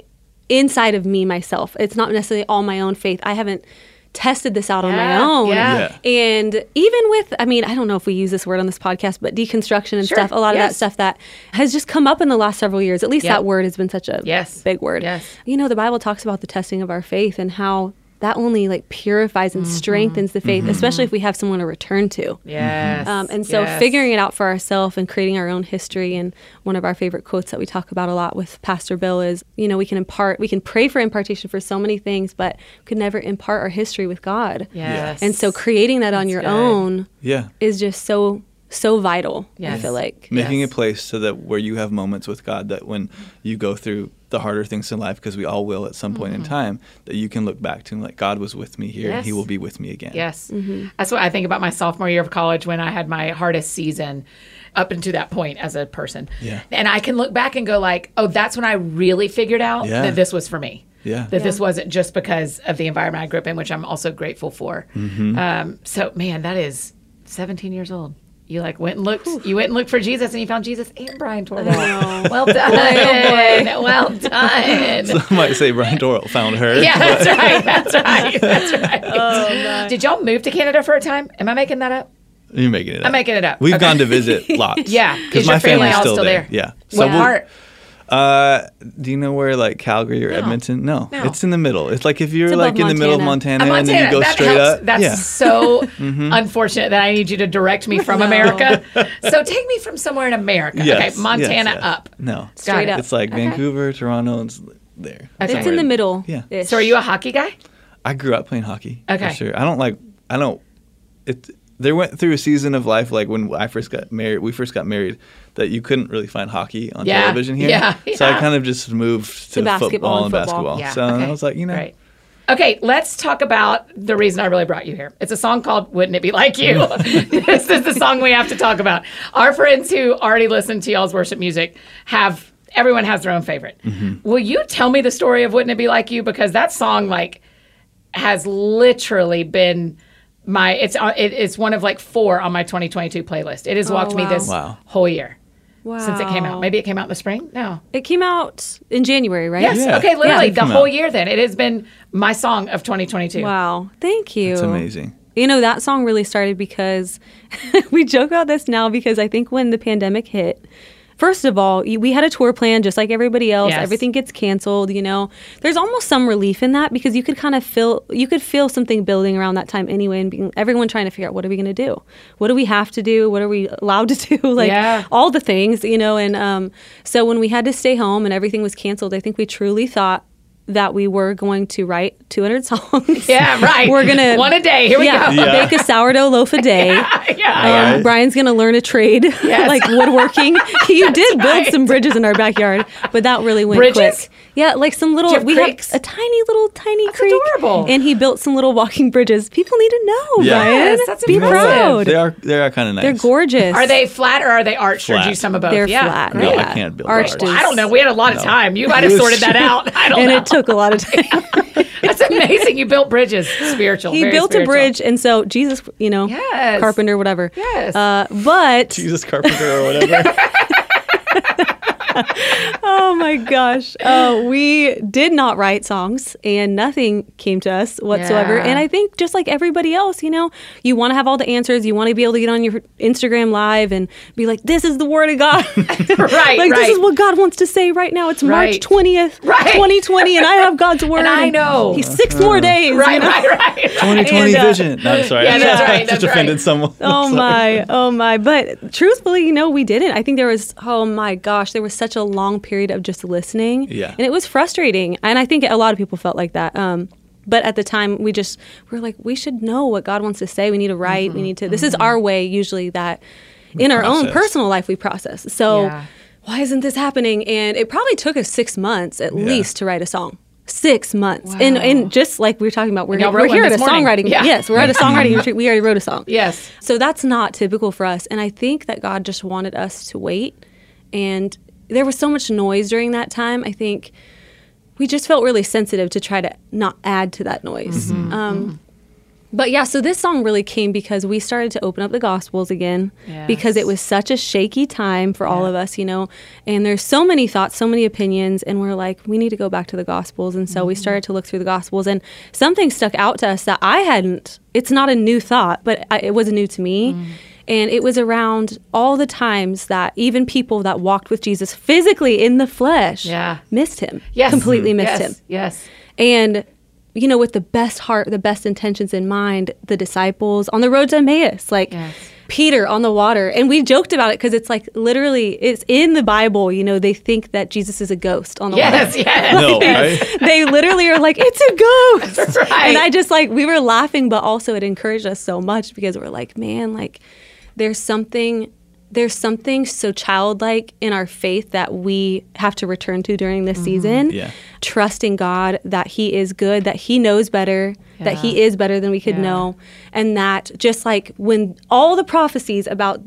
[SPEAKER 2] inside of me myself. It's not necessarily all my own faith. I haven't tested this out on my
[SPEAKER 1] Yeah,
[SPEAKER 2] own.
[SPEAKER 1] yeah.
[SPEAKER 3] Yeah.
[SPEAKER 2] And even with, I mean, I don't know if we use this word on this podcast, but deconstruction and
[SPEAKER 1] Sure,
[SPEAKER 2] stuff, a lot of
[SPEAKER 1] yes.
[SPEAKER 2] that stuff that has just come up in the last several years. At least
[SPEAKER 1] Yeah.
[SPEAKER 2] that word has been such a
[SPEAKER 1] Yes,
[SPEAKER 2] big word.
[SPEAKER 1] yes.
[SPEAKER 2] You know, the Bible talks about the testing of our faith and how that only like purifies and strengthens the faith, especially if we have someone to return to.
[SPEAKER 1] Mm-hmm. Yes.
[SPEAKER 2] Um, and so
[SPEAKER 1] yes.
[SPEAKER 2] figuring it out for ourselves and creating our own history. And one of our favorite quotes that we talk about a lot with Pastor Bill is, you know, we can impart, we can pray for impartation for so many things, but could never impart our history with God.
[SPEAKER 1] Yes.
[SPEAKER 2] And so creating that on
[SPEAKER 1] That's
[SPEAKER 2] your
[SPEAKER 1] good.
[SPEAKER 2] own
[SPEAKER 3] Yeah.
[SPEAKER 2] is just so, so vital, I
[SPEAKER 1] Yes.
[SPEAKER 2] feel like.
[SPEAKER 3] Making
[SPEAKER 1] Yes.
[SPEAKER 3] a place so that where you have moments with God that when you go through the harder things in life, because we all will at some point in time, that you can look back to and like God was with me here and
[SPEAKER 1] Mm-hmm.
[SPEAKER 3] He
[SPEAKER 1] Yes.
[SPEAKER 3] will be with me again.
[SPEAKER 1] Yes. That's what I think about my sophomore year of college when I had my hardest season up until that point as a person.
[SPEAKER 3] Yeah.
[SPEAKER 1] And I can look back and go like, oh, that's when I really figured out
[SPEAKER 3] Yeah.
[SPEAKER 1] that this was for me.
[SPEAKER 3] Yeah.
[SPEAKER 1] That this wasn't just because of the environment I grew up in, which I'm also grateful for.
[SPEAKER 3] Mm-hmm.
[SPEAKER 1] Um, so man, that is 17 years old. You like went and looked. You went and looked for Jesus, and you found Jesus and Brian Torvald. Well done. Well done.
[SPEAKER 3] I might say Brian Doral found her.
[SPEAKER 1] Yeah, that's right. That's right. That's right. Did y'all move to Canada for a time? Am I making that up?
[SPEAKER 3] You're making it up.
[SPEAKER 1] I'm making it up.
[SPEAKER 3] We've
[SPEAKER 1] Okay.
[SPEAKER 3] gone to visit lots.
[SPEAKER 1] Yeah,
[SPEAKER 3] Because my family's still, there. Yeah.
[SPEAKER 1] What
[SPEAKER 3] we'll-
[SPEAKER 1] part?
[SPEAKER 3] Uh, do you know where like Calgary or
[SPEAKER 1] No.
[SPEAKER 3] Edmonton? No.
[SPEAKER 1] No.
[SPEAKER 3] It's in the middle. It's like if you're
[SPEAKER 2] above
[SPEAKER 3] like in the middle of Montana,
[SPEAKER 1] Uh,
[SPEAKER 3] and then you go
[SPEAKER 1] that
[SPEAKER 3] straight
[SPEAKER 1] helps.
[SPEAKER 3] up.
[SPEAKER 1] That's
[SPEAKER 3] yeah. Mm-hmm.
[SPEAKER 1] so unfortunate that I need you to direct me from
[SPEAKER 2] No.
[SPEAKER 1] America. So take me from somewhere in America.
[SPEAKER 3] Yes, yes,
[SPEAKER 1] okay, Montana
[SPEAKER 3] yes.
[SPEAKER 1] up.
[SPEAKER 3] No.
[SPEAKER 2] Straight
[SPEAKER 1] it.
[SPEAKER 2] up.
[SPEAKER 3] It's like
[SPEAKER 1] Okay.
[SPEAKER 3] Vancouver, Toronto. It's there.
[SPEAKER 1] Okay.
[SPEAKER 2] It's in the middle.
[SPEAKER 3] Yeah.
[SPEAKER 1] So are you a hockey guy?
[SPEAKER 3] I grew up playing hockey.
[SPEAKER 1] Okay.
[SPEAKER 3] For sure. I don't like. I don't. It. There went through a season of life like when I first got married. We first got married that you couldn't really find hockey on
[SPEAKER 1] Yeah,
[SPEAKER 3] television here.
[SPEAKER 1] yeah,
[SPEAKER 3] So
[SPEAKER 1] yeah.
[SPEAKER 3] I kind of just moved to,
[SPEAKER 2] To basketball
[SPEAKER 3] football and
[SPEAKER 2] and football,
[SPEAKER 3] basketball. So
[SPEAKER 1] okay.
[SPEAKER 3] I was like, you know,
[SPEAKER 1] Right. Okay, let's talk about the reason I really brought you here. It's a song called Wouldn't It Be Like You? this is the song we have to talk about. Our friends who already listen to y'all's worship music have, everyone has their own favorite. Will you tell me the story of Wouldn't It Be Like You? Because that song, like, has literally been my, it's, on- it, it's one of like four on my 2022 playlist. It has walked me
[SPEAKER 2] wow.
[SPEAKER 1] this
[SPEAKER 3] Wow.
[SPEAKER 1] whole year
[SPEAKER 2] wow.
[SPEAKER 1] since it came out. Maybe it came out in the spring? No.
[SPEAKER 2] it came out in January, right?
[SPEAKER 1] Yes.
[SPEAKER 3] Yeah.
[SPEAKER 1] Okay. Literally
[SPEAKER 3] Yeah.
[SPEAKER 1] the
[SPEAKER 3] Come
[SPEAKER 1] whole
[SPEAKER 3] out.
[SPEAKER 1] year. Then it has been my song of 2022.
[SPEAKER 2] Wow. Thank you.
[SPEAKER 3] it's amazing.
[SPEAKER 2] You know, that song really started because we joke about this now because I think when the pandemic hit, first of all, y- we had a tour plan just like everybody else.
[SPEAKER 1] Yes.
[SPEAKER 2] Everything gets canceled, you know. There's almost some relief in that because you could kind of feel you could feel something building around that time anyway and being everyone trying to figure out what are we going to do? What do we have to do? What are we allowed to do? like
[SPEAKER 1] Yeah.
[SPEAKER 2] all the things, you know, and um, so when we had to stay home and everything was canceled, I think we truly thought that we were going to write 200 songs.
[SPEAKER 1] Yeah. Right.
[SPEAKER 2] We're gonna
[SPEAKER 1] one a day. Here we
[SPEAKER 2] yeah,
[SPEAKER 1] go.
[SPEAKER 3] Yeah.
[SPEAKER 2] bake a sourdough loaf a day.
[SPEAKER 1] yeah.
[SPEAKER 2] Um,
[SPEAKER 3] Right.
[SPEAKER 2] Brian's gonna learn a trade, like woodworking. you did build
[SPEAKER 1] right.
[SPEAKER 2] some bridges in our backyard, but that really went
[SPEAKER 1] Bridges?
[SPEAKER 2] quick. Yeah, like some little.
[SPEAKER 1] you have
[SPEAKER 2] we
[SPEAKER 1] creeks?
[SPEAKER 2] have a tiny little tiny creek,
[SPEAKER 1] adorable.
[SPEAKER 2] and he built some little walking bridges. People need to know,
[SPEAKER 3] Yeah.
[SPEAKER 2] Brian.
[SPEAKER 1] Yes, that's
[SPEAKER 2] Be
[SPEAKER 1] impressive.
[SPEAKER 2] proud.
[SPEAKER 3] They are. They are kind of nice.
[SPEAKER 2] They're gorgeous.
[SPEAKER 1] Are they flat or are they arched or
[SPEAKER 3] Oh, Flat.
[SPEAKER 1] do you some of both?
[SPEAKER 2] They're
[SPEAKER 1] yeah.
[SPEAKER 2] flat.
[SPEAKER 3] No,
[SPEAKER 2] yeah.
[SPEAKER 3] I can't build
[SPEAKER 2] Arched
[SPEAKER 3] ours.
[SPEAKER 2] is-
[SPEAKER 1] I don't know. We had a lot of time. You might have sorted that out. I don't
[SPEAKER 2] and
[SPEAKER 1] know.
[SPEAKER 2] it took a lot of time.
[SPEAKER 1] That's amazing. You built bridges. Spiritual.
[SPEAKER 2] he
[SPEAKER 1] very
[SPEAKER 2] built
[SPEAKER 1] spiritual.
[SPEAKER 2] a bridge, and so Jesus, you know,
[SPEAKER 1] Yes.
[SPEAKER 2] carpenter, whatever.
[SPEAKER 1] Yes.
[SPEAKER 2] Uh, but
[SPEAKER 3] Jesus Carpenter or whatever.
[SPEAKER 2] oh my gosh. Uh, we did not write songs and nothing came to us whatsoever.
[SPEAKER 1] Yeah.
[SPEAKER 2] And I think just like everybody else, you know, you want to have all the answers. You want to be able to get on your Instagram live and be like, this is the word of God.
[SPEAKER 1] Right.
[SPEAKER 2] like,
[SPEAKER 1] right.
[SPEAKER 2] this is what God wants to say right now. It's
[SPEAKER 1] Right.
[SPEAKER 2] March 20th,
[SPEAKER 1] Right.
[SPEAKER 2] 2020, and I have God's word.
[SPEAKER 1] I know. Uh-huh.
[SPEAKER 2] He's six more days. you
[SPEAKER 1] Right.
[SPEAKER 2] know?
[SPEAKER 1] Right. Right.
[SPEAKER 3] 2020
[SPEAKER 2] And, uh,
[SPEAKER 3] vision. No, I'm sorry.
[SPEAKER 1] yeah,
[SPEAKER 3] I
[SPEAKER 1] that's
[SPEAKER 3] just,
[SPEAKER 1] right,
[SPEAKER 3] I
[SPEAKER 1] that's
[SPEAKER 3] just
[SPEAKER 1] right.
[SPEAKER 3] offended someone.
[SPEAKER 2] Oh
[SPEAKER 3] Sorry.
[SPEAKER 2] my, oh my. But truthfully, you know, we didn't. I think there was, oh my gosh, there was such a long period of just listening.
[SPEAKER 3] Yeah.
[SPEAKER 2] And it was frustrating. And I think a lot of people felt like that. Um, but at the time, we just we were like, we should know what God wants to say. We need to write. We need to, this is our way, usually, that in our own
[SPEAKER 3] Mm-hmm. process.
[SPEAKER 2] personal life we process. So
[SPEAKER 1] Yeah.
[SPEAKER 2] why isn't this happening? And it probably took us six months at least to write a song. Six months, and and just like we were talking about, we're,
[SPEAKER 1] y'all
[SPEAKER 2] we're
[SPEAKER 1] wrote one
[SPEAKER 2] here at a
[SPEAKER 1] this morning.
[SPEAKER 2] songwriting.
[SPEAKER 1] Yeah.
[SPEAKER 2] Yes, we're at a songwriting retreat. We already wrote a song.
[SPEAKER 1] Yes.
[SPEAKER 2] So that's not typical for us. And I think that God just wanted us to wait. And there was so much noise during that time. I think we just felt really sensitive to try to not add to that noise.
[SPEAKER 1] Mm-hmm.
[SPEAKER 2] Um, But yeah, so this song really came because we started to open up the Gospels again because
[SPEAKER 1] Yes.
[SPEAKER 2] it was such a shaky time for all of us, you know. And there's so many thoughts, so many opinions, and we're like, we need to go back to the Gospels. And so we
[SPEAKER 1] Mm-hmm.
[SPEAKER 2] started to look through the Gospels, and something stuck out to us that I hadn't. It's not a new thought, but I, it was new to me.
[SPEAKER 1] Mm.
[SPEAKER 2] And it was around all the times that even people that walked with Jesus physically in the flesh
[SPEAKER 1] Yeah.
[SPEAKER 2] missed him,
[SPEAKER 1] Yes. Mm-hmm.
[SPEAKER 2] completely
[SPEAKER 1] yes.
[SPEAKER 2] missed him.
[SPEAKER 1] Yes.
[SPEAKER 2] And, you know, with the best heart, the best intentions in mind, the disciples on the road to Emmaus, like
[SPEAKER 1] Yes.
[SPEAKER 2] Peter on the water. And we joked about it because it's like literally, it's in the Bible, you know, they think that Jesus is a ghost on the water.
[SPEAKER 1] Yes. Yes.
[SPEAKER 3] Oh, No, right?
[SPEAKER 2] they literally are like, it's a ghost.
[SPEAKER 1] That's right.
[SPEAKER 2] And I just like, we were laughing, but also it encouraged us so much because we're like, man, like, there's something. There's something so childlike in our faith that we have to return to during this season.
[SPEAKER 3] Yeah.
[SPEAKER 2] Trusting God that He is good, that He knows better, that He is better than we could
[SPEAKER 1] Yeah.
[SPEAKER 2] know. And that just like when all the prophecies about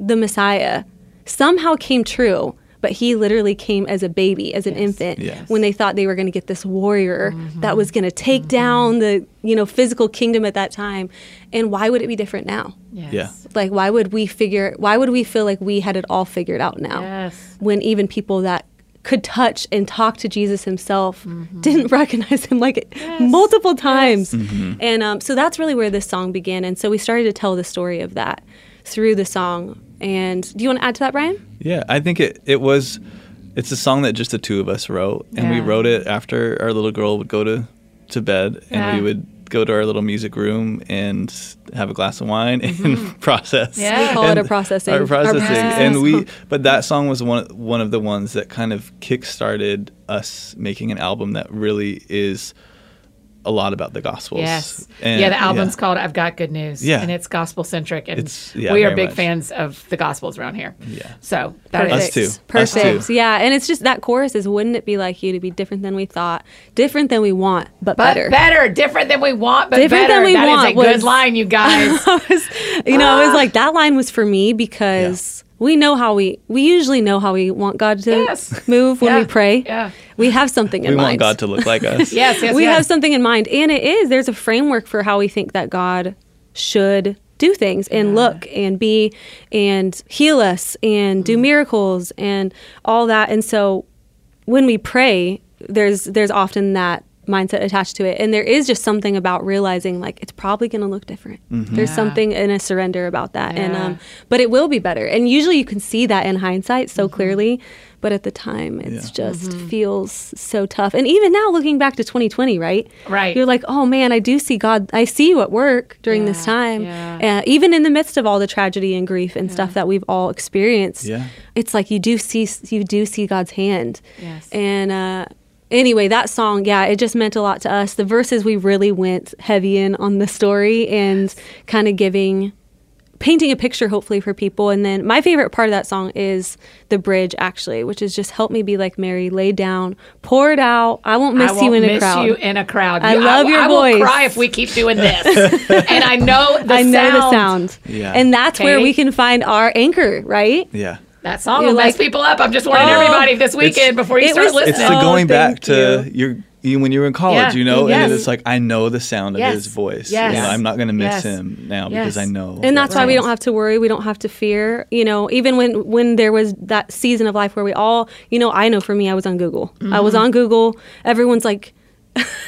[SPEAKER 2] the Messiah somehow came true, but He literally came as a baby, as an infant,
[SPEAKER 3] Yes.
[SPEAKER 2] when they thought they were going to get this warrior that was going to take down the you know physical kingdom at that time and why would it be different now
[SPEAKER 1] Yes.
[SPEAKER 3] Yeah.
[SPEAKER 2] like why would we figure why would we feel like we had it all figured out now
[SPEAKER 1] Yes.
[SPEAKER 2] when even people that could touch and talk to Jesus himself didn't recognize him like multiple times and um, so that's really where this song began and so we started to tell the story of that through the song and do you want to add to that Brian
[SPEAKER 3] Yeah, I think it it was It's a song that just the two of us wrote, and we
[SPEAKER 1] Yeah.
[SPEAKER 3] wrote it after our little girl would go to to bed, and
[SPEAKER 1] Yeah.
[SPEAKER 3] we would go to our little music room and have a glass of wine and process.
[SPEAKER 1] Mm-hmm. Yeah. We
[SPEAKER 2] call it
[SPEAKER 3] And-
[SPEAKER 2] a processing.
[SPEAKER 3] Our
[SPEAKER 2] Our
[SPEAKER 3] processing,
[SPEAKER 2] process.
[SPEAKER 3] and we. But that song was one one of the ones that kind of kickstarted us making an album that really is a lot about the gospels.
[SPEAKER 1] Yes.
[SPEAKER 3] And-
[SPEAKER 1] yeah, the album's called I've Got Good News.
[SPEAKER 3] Yeah.
[SPEAKER 1] And it's gospel centric. And
[SPEAKER 3] It's- yeah,
[SPEAKER 1] we are
[SPEAKER 3] very
[SPEAKER 1] big
[SPEAKER 3] much.
[SPEAKER 1] fans of the gospels around here.
[SPEAKER 3] Yeah.
[SPEAKER 1] So that is
[SPEAKER 3] Us too. Us
[SPEAKER 2] Perfect.
[SPEAKER 3] too.
[SPEAKER 2] Yeah. And it's just that chorus is wouldn't it be like you to be different than we thought, different than we want, but,
[SPEAKER 1] But
[SPEAKER 2] better.
[SPEAKER 1] better. different than we want, but
[SPEAKER 2] Different
[SPEAKER 1] better.
[SPEAKER 2] than we
[SPEAKER 1] That is
[SPEAKER 2] want
[SPEAKER 1] a good
[SPEAKER 2] was-
[SPEAKER 1] line, you guys.
[SPEAKER 2] you know,
[SPEAKER 1] Ah.
[SPEAKER 2] it was like that line was for me because we know how we we usually know how we want God to
[SPEAKER 1] Yes.
[SPEAKER 2] move when
[SPEAKER 1] Yeah.
[SPEAKER 2] we pray.
[SPEAKER 1] Yeah.
[SPEAKER 2] We have something in
[SPEAKER 3] We want
[SPEAKER 2] mind.
[SPEAKER 3] God to look like us.
[SPEAKER 1] yes, yes,
[SPEAKER 2] we
[SPEAKER 1] yes.
[SPEAKER 2] have something in mind and it is there's a framework for how we think that god should do things and look and be and heal us and
[SPEAKER 1] Mm.
[SPEAKER 2] do miracles and all that and so when we pray there's there's often that mindset attached to it and there is just something about realizing like it's probably going to look different there's something in a surrender about that and
[SPEAKER 1] Mm-hmm. Yeah.
[SPEAKER 2] um but it will be better and usually you can see that in hindsight so clearly but at the time it's just
[SPEAKER 1] Mm-hmm.
[SPEAKER 2] feels so tough and even now looking back to 2020 right
[SPEAKER 1] Right.
[SPEAKER 2] you're like oh man i do see god i see you at work during this
[SPEAKER 1] Yeah,
[SPEAKER 2] time
[SPEAKER 1] yeah.
[SPEAKER 2] uh, even in the midst of all the tragedy and grief and stuff that we've all experienced
[SPEAKER 3] Yeah.
[SPEAKER 2] it's like you do see you do see god's hand
[SPEAKER 1] Yes.
[SPEAKER 2] and uh Anyway, that song, yeah, it just meant a lot to us. The verses we really went heavy in on the story and kind of giving painting a picture hopefully for people and then my favorite part of that song is the bridge actually which is just help me be like mary lay down pour it out i won't miss
[SPEAKER 1] I won't
[SPEAKER 2] you in
[SPEAKER 1] miss
[SPEAKER 2] a crowd
[SPEAKER 1] you in a crowd.
[SPEAKER 2] I
[SPEAKER 1] You-
[SPEAKER 2] love
[SPEAKER 1] I,
[SPEAKER 2] your
[SPEAKER 1] I
[SPEAKER 2] voice.
[SPEAKER 1] will cry if we keep doing this. and I know the
[SPEAKER 2] i
[SPEAKER 1] sound.
[SPEAKER 2] know the sound
[SPEAKER 3] Yeah.
[SPEAKER 2] and that's where
[SPEAKER 1] Okay.
[SPEAKER 2] we can find our anchor right
[SPEAKER 3] Yeah.
[SPEAKER 1] That song
[SPEAKER 2] You're
[SPEAKER 1] will mess
[SPEAKER 2] like,
[SPEAKER 1] people up. I'm just warning
[SPEAKER 2] oh,
[SPEAKER 1] everybody this weekend before you
[SPEAKER 2] it
[SPEAKER 1] start
[SPEAKER 2] was-
[SPEAKER 1] listening.
[SPEAKER 3] It's the
[SPEAKER 2] Oh,
[SPEAKER 3] going back
[SPEAKER 2] thank
[SPEAKER 3] to your you, when you were in college,
[SPEAKER 1] Yeah.
[SPEAKER 3] you know, and
[SPEAKER 1] Yes.
[SPEAKER 3] it's like I know the sound
[SPEAKER 1] Yes.
[SPEAKER 3] of his voice.
[SPEAKER 1] Yes.
[SPEAKER 3] You know, I'm not going to miss
[SPEAKER 1] Yes.
[SPEAKER 3] him now because
[SPEAKER 1] Yes.
[SPEAKER 3] I know.
[SPEAKER 2] and that's
[SPEAKER 3] that
[SPEAKER 2] why we
[SPEAKER 3] sound.
[SPEAKER 2] don't have to worry we don't have to fear you know even when when there was that season of life where we all you know i know for me i was on google i
[SPEAKER 1] Mm-hmm.
[SPEAKER 2] was on google everyone's like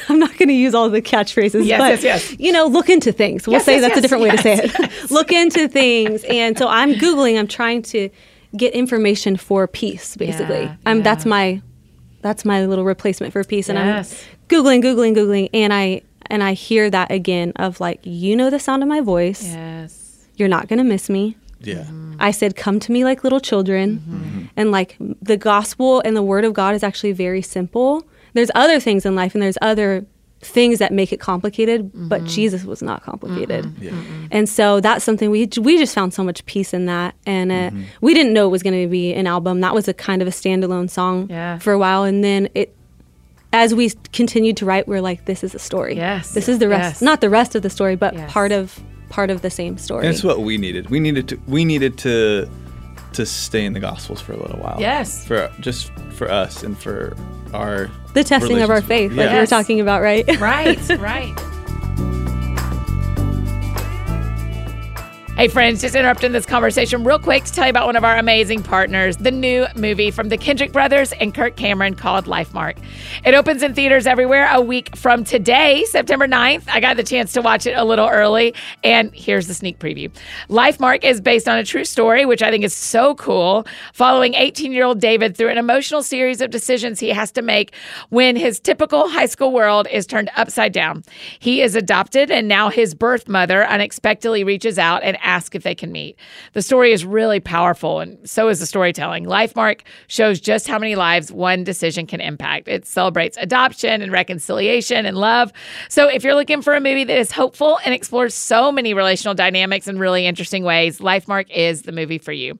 [SPEAKER 2] i'm not going to use all the catchphrases
[SPEAKER 1] Yes, yes,
[SPEAKER 2] but
[SPEAKER 1] yes.
[SPEAKER 2] you know look into things we'll
[SPEAKER 1] Yes,
[SPEAKER 2] say
[SPEAKER 1] yes,
[SPEAKER 2] that's a
[SPEAKER 1] yes,
[SPEAKER 2] different way to say it
[SPEAKER 1] yes,
[SPEAKER 2] look into things and so i'm googling i'm trying to get information for peace basically
[SPEAKER 1] Yeah,
[SPEAKER 2] i'm
[SPEAKER 1] yeah.
[SPEAKER 2] that's my that's my little replacement for peace and
[SPEAKER 1] Yes.
[SPEAKER 2] i'm googling googling googling and i and i hear that again of like you know the sound of my voice
[SPEAKER 1] yes.
[SPEAKER 2] you're not going to miss me.
[SPEAKER 3] Yeah.
[SPEAKER 2] I said, come to me like little children.
[SPEAKER 3] Mm-hmm.
[SPEAKER 2] And like the gospel and the word of God is actually very simple. There's other things in life and there's other things that make it complicated, but
[SPEAKER 1] Mm-hmm.
[SPEAKER 2] Jesus was not complicated.
[SPEAKER 3] Yeah.
[SPEAKER 2] And so that's something we we just found so much peace in that. And uh,
[SPEAKER 3] Mm-hmm.
[SPEAKER 2] we didn't know it was going to be an album. That was a kind of a standalone song
[SPEAKER 1] Yeah.
[SPEAKER 2] for a while. And then it, as we continued to write, we're like, this is a story.
[SPEAKER 1] Yes.
[SPEAKER 2] This is the rest,
[SPEAKER 1] Yes.
[SPEAKER 2] not the rest of the story, but
[SPEAKER 1] Yes.
[SPEAKER 2] part of part of the same story.
[SPEAKER 3] And it's what we needed. We needed to we needed to to stay in the gospels for a little while.
[SPEAKER 1] Yes.
[SPEAKER 3] For just for us and for our
[SPEAKER 2] the testing of our faith, like
[SPEAKER 3] relationship.
[SPEAKER 2] we
[SPEAKER 3] Yeah.
[SPEAKER 2] were
[SPEAKER 1] Yes.
[SPEAKER 2] talking about, right?
[SPEAKER 1] Right, right. Hey, friends, just interrupting this conversation real quick to tell you about one of our amazing partners, the new movie from the Kendrick brothers and Kirk Cameron called Life Mark. It opens in theaters everywhere a week from today, September 9th. I got the chance to watch it a little early, and here's the sneak preview. Life Mark is based on a true story, which I think is so cool, following 18 year old David through an emotional series of decisions he has to make when his typical high school world is turned upside down. He is adopted, and now his birth mother unexpectedly reaches out and asks if they can meet. The story is really powerful, and so is the storytelling. Lifemark shows just how many lives one decision can impact. It celebrates adoption and reconciliation and love. So, if you're looking for a movie that is hopeful and explores so many relational dynamics in really interesting ways, Lifemark is the movie for you.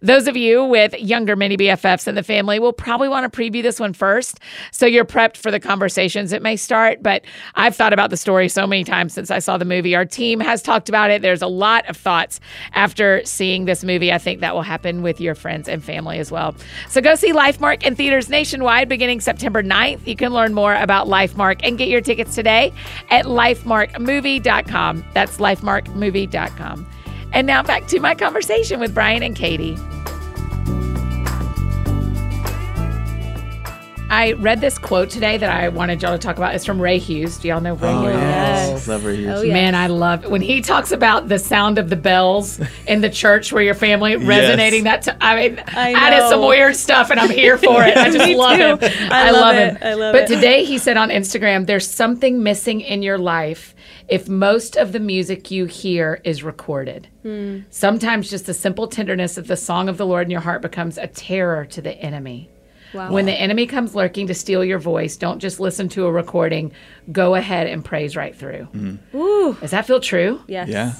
[SPEAKER 1] Those of you with younger mini BFFs in the family will probably want to preview this one first so you're prepped for the conversations it may start. But I've thought about the story so many times since I saw the movie. Our team has talked about it. There's a lot of thoughts after seeing this movie. I think that will happen with your friends and family as well. So go see Lifemark in theaters nationwide beginning September 9th. You can learn more about Lifemark and get your tickets today at lifemarkmovie.com. That's lifemarkmovie.com. And now back to my conversation with Brian and Katie. I read this quote today that I wanted y'all to talk about. It's from Ray Hughes. Do y'all know Ray Hughes?
[SPEAKER 2] Yes.
[SPEAKER 3] Oh, Love her ears.
[SPEAKER 2] Oh, yeah.
[SPEAKER 1] Man, I love when he talks about the sound of the bells in the church where your family resonating. That to, I mean, I,
[SPEAKER 2] I
[SPEAKER 1] did
[SPEAKER 2] know.
[SPEAKER 1] some weird stuff, and I'm here for it. I just
[SPEAKER 2] Me
[SPEAKER 1] love
[SPEAKER 2] too.
[SPEAKER 1] him.
[SPEAKER 2] I love
[SPEAKER 1] him.
[SPEAKER 2] it. I love
[SPEAKER 1] but
[SPEAKER 2] it.
[SPEAKER 1] today he said on Instagram, "There's something missing in your life if most of the music you hear is recorded.
[SPEAKER 2] Hmm.
[SPEAKER 1] Sometimes just the simple tenderness of the song of the Lord in your heart becomes a terror to the enemy."
[SPEAKER 2] Wow.
[SPEAKER 1] When the enemy comes lurking to steal your voice, don't just listen to a recording. Go ahead and praise right through.
[SPEAKER 2] Ooh.
[SPEAKER 1] Does that feel true?
[SPEAKER 2] Yes.
[SPEAKER 3] Yeah.